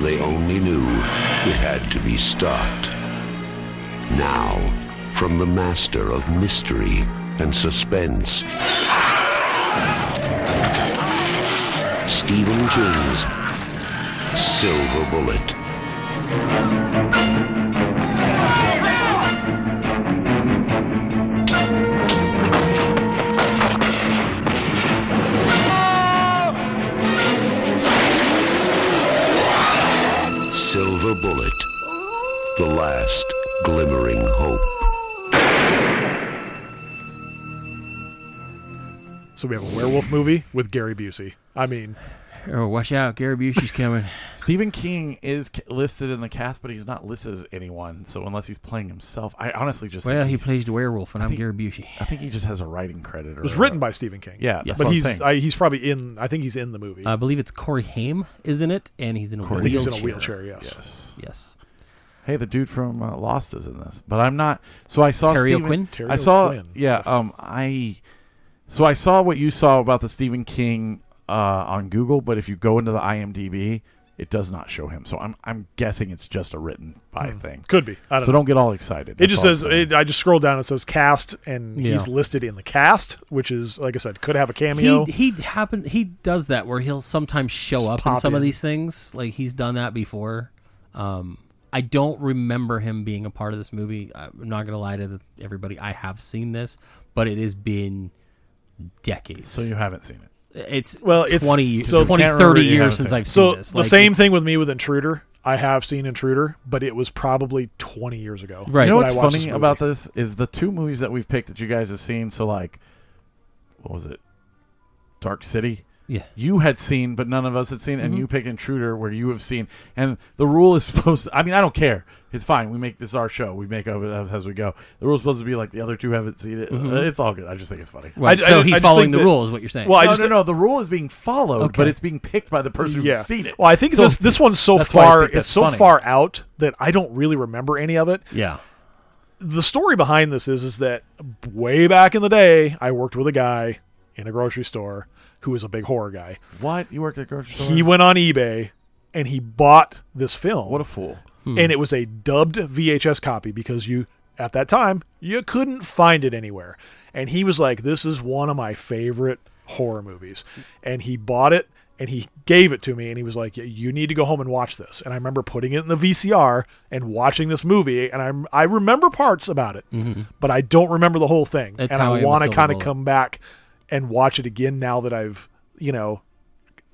They only knew it had to be stopped. Now, from the master of mystery and suspense, Stephen King's Silver Bullet. Silver Bullet, the last glimmering hope.
So we have a werewolf movie with Gary Busey. I mean,
Oh, watch out, Gary Busey's coming.
Stephen King is ca- listed in the cast, but he's not listed as anyone. So unless he's playing himself, I honestly just
well,
think
he plays the werewolf, and I'm
think-
Gary Busey.
I think he just has a writing credit. Or
it was written by Stephen King.
Yeah, that's what
but
I'm
he's
saying.
I, he's probably in. I think he's in the movie.
I believe it's Corey Haim, isn't it? And he's in a
I
wheelchair.
think he's in a wheelchair. Yes.
Yes.
Hey, the dude from uh, Lost is in this, but I'm not. So I saw
Terry
Stephen-
O'Quinn?
Terry
I saw.
O'Quinn,
Yeah.
yes.
Um. I. So I saw what you saw about the Stephen King uh, on Google, but if you go into the IMDb, it does not show him. So I'm I'm guessing it's just a written by
Hmm.
thing.
Could be. I don't
so
know.
don't get all excited.
It
That's
just
all I'm
says.
saying.
It, I just scrolled down. It says cast, and he's
Yeah.
listed in the cast, which is like I said, could have a
He
cameo.
he happened he does that where he'll sometimes show up in
pop
some of
in.
these things. Like he's done that before. Um, I don't remember him being a part of this movie. I'm not gonna lie to the, everybody. I have seen this, but it has been decades.
So you haven't seen it.
it's
Well,
well,
it's-
it's 20,
so-
20
Can't remember
30
you haven't
years since
seen
I've
so
seen this.
the
Like,
same
it's-
thing with me with Intruder. I have seen Intruder, but it was probably twenty years ago.
Right.
You know
that I
what's
watched
funny
this
about
movie.
this is the two movies that we've picked that you guys have seen. So like, what was it? Dark City.
Yeah.
You had seen, but none of us had seen,
Mm-hmm.
and you picked Intruder, where you have seen. And the rule is supposed. to... I mean, I don't care. It's fine. We make this our show. We make of it up as we go. The rule is supposed to be like the other two haven't seen it.
Mm-hmm.
It's all good. I just think it's funny.
Right,
I- I-
so
I
he's
just
following
think
the
that-
rule, is what you're saying.
Well, I
no,
just
no, no. The rule is being followed, but
Okay.
it's being picked by the person who's seen it.
Well, I think
So
this this one's so
that's why I
far
think
it's
that's
so
funny.
far out that I don't really remember any of it.
yeah.
The story behind this is is that way back in the day, I worked with a guy in a grocery store who was a big horror guy.
What you worked at a grocery store?
He went on eBay and he bought this film.
What a fool!
Hmm.
and it was a dubbed VHS copy because you at that time you couldn't find it anywhere. And he was like, "This is one of my favorite horror movies," and he bought it and he gave it to me and he was like, "You need to go home and watch this." And I remember putting it in the VCR and watching this movie, and I I remember parts about it, but I don't remember the whole thing.
Mm-hmm. That's
and
how I
I
am
want to
with
kind of
Silver Bullet.
come back and watch it again now that I've you know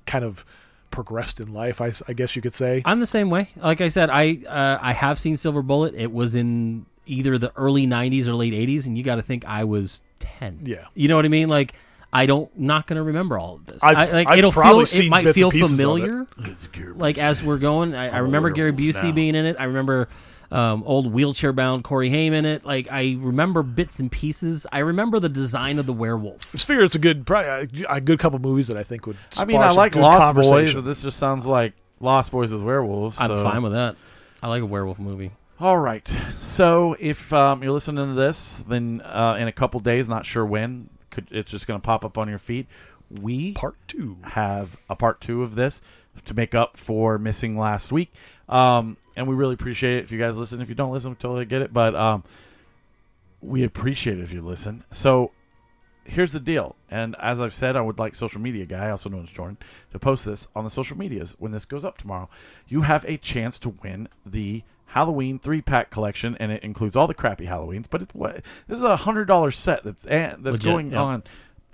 kind of progressed in life. I, s- I guess you could say.
I'm the same way. Like I said, I uh, I have seen Silver Bullet. It was in either the early '90s or late '80s, and you got to think I was ten.
Yeah.
you know what I mean. Like I don't not gonna remember all of this.
I've-
I, like
I've
it'll feel
probably seen
it might
bits and
feel
pieces of it.
familiar. Like as we're going, I, I remember Gary Busey being in it. I remember um, old wheelchair bound Corey Haim in it. Like I remember bits and pieces. I remember the design of the werewolf.
Just figure it's a good, probably a, a good couple movies that I think would.
I
spark
mean, I
some
like
good
Lost Boys,
conversation.
and this just sounds like Lost Boys with werewolves.
I'm
so-
fine with that. I like a werewolf movie.
All right. So if um, you're listening to this, then uh, in a couple days, not sure when, could, it's just going to pop up on your feed. We
Part two.
have a part two of this to make up for missing last week. Um, and we really appreciate it if you guys listen. If you don't listen, we totally get it. But um, we appreciate it if you listen. So here's the deal. And as I've said, I would like social media guy, also known as Jordan, to post this on the social medias when this goes up tomorrow. You have a chance to win the Halloween three pack collection, and it includes all the crappy Halloweens. But it, what, this is a hundred dollar set that's eh, that's
Legit,
going
yeah.
on.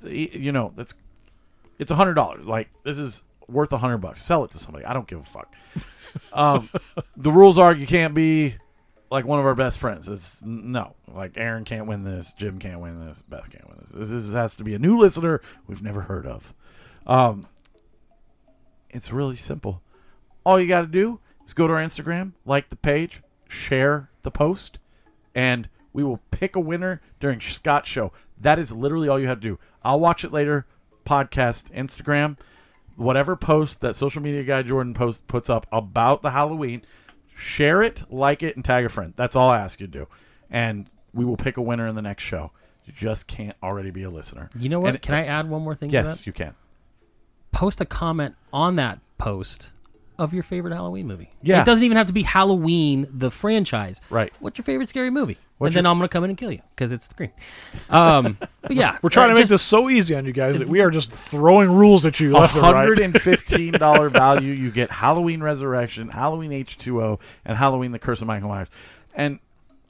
You know that's it's a hundred dollars. Like this is worth a hundred bucks. Sell it to somebody. I don't give a fuck. Um, the rules are you can't be like one of our best friends. It's n- no, like Aaron can't win this, Jim can't win this, Beth can't win this. This is, has to be a new listener we've never heard of. Um, it's really simple. All you got to do is go to our Instagram, like the page, share the post, and we will pick a winner during Scott's show. That is literally all you have to do. I'll watch it later. Podcast, Instagram, whatever post that social media guy Jordan post puts up about the Halloween, share it, like it, and tag a friend. That's all I ask you to do. And We will pick a winner in the next show. You just can't already be a listener.
You know what?
And
Can I add one more thing to
Yes,
that?
you can.
Post a comment on that post of your favorite Halloween movie.
Yeah.
It doesn't even have to be Halloween, the franchise.
Right.
What's your favorite scary movie?
What's
and
your-
then I'm going to come in and kill you because it's Scream. Um, but yeah.
We're trying
uh,
to make
just-
this so easy on you guys that we are just throwing rules at you left and right.
$115 value. You get Halloween Resurrection, Halloween H2O, and Halloween The Curse of Michael Myers. And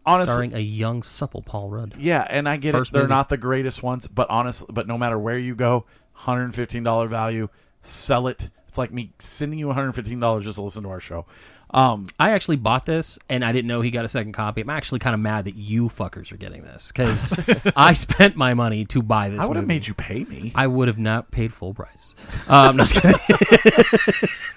honestly,
Starring a young, supple Paul Rudd.
yeah, and I get
First
it. They're
movie.
not the greatest ones, but honestly, but no matter where you go, $115 value, sell it. It's like me sending you $115 just to listen to our show. Um,
I actually bought this and I didn't know he got a second copy. I'm actually kind of mad that you fuckers are getting this because I spent my money to buy this
I would have
movie.
made you pay me.
I would have not paid full price. Um, no, I'm just kidding.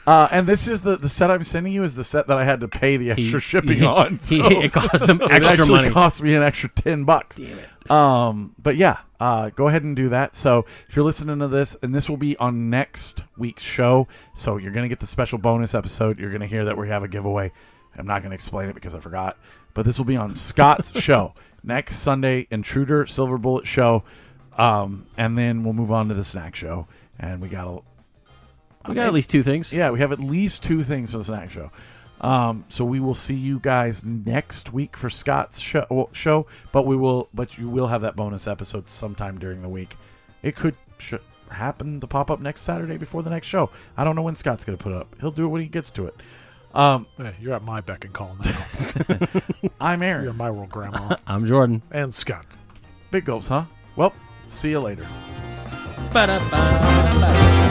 Uh, and this is the, the set I'm sending you is the set that I had to pay the extra shipping on.
he-
so-
it cost him
it
extra
actually
money.
cost me an extra ten bucks. Damn it. Um, but yeah, uh, go ahead and do that. So if you're listening to this, and this will be on next week's show, so you're gonna get the special bonus episode. You're gonna hear that we have a giveaway. I'm not gonna explain it because I forgot, but this will be on Scott's show next Sunday. Intruder Silver Bullet show, um, and then we'll move on to the snack show. And we got a
We got at least two things.
yeah, we have at least two things for the snack show. Um, so we will see you guys next week for Scott's show, well, show, but we will, but you will have that bonus episode sometime during the week. It could sh- happen to pop up next Saturday before the next show. I don't know when Scott's going to put it up. He'll do it when he gets to it. Um,
Hey, you're at my beck and call now.
I'm
You're
Aaron.
my world grandma
I'm Jordan.
and Scott.
Big gulps, huh? Well, see you later.
Ba-da-ba-ba.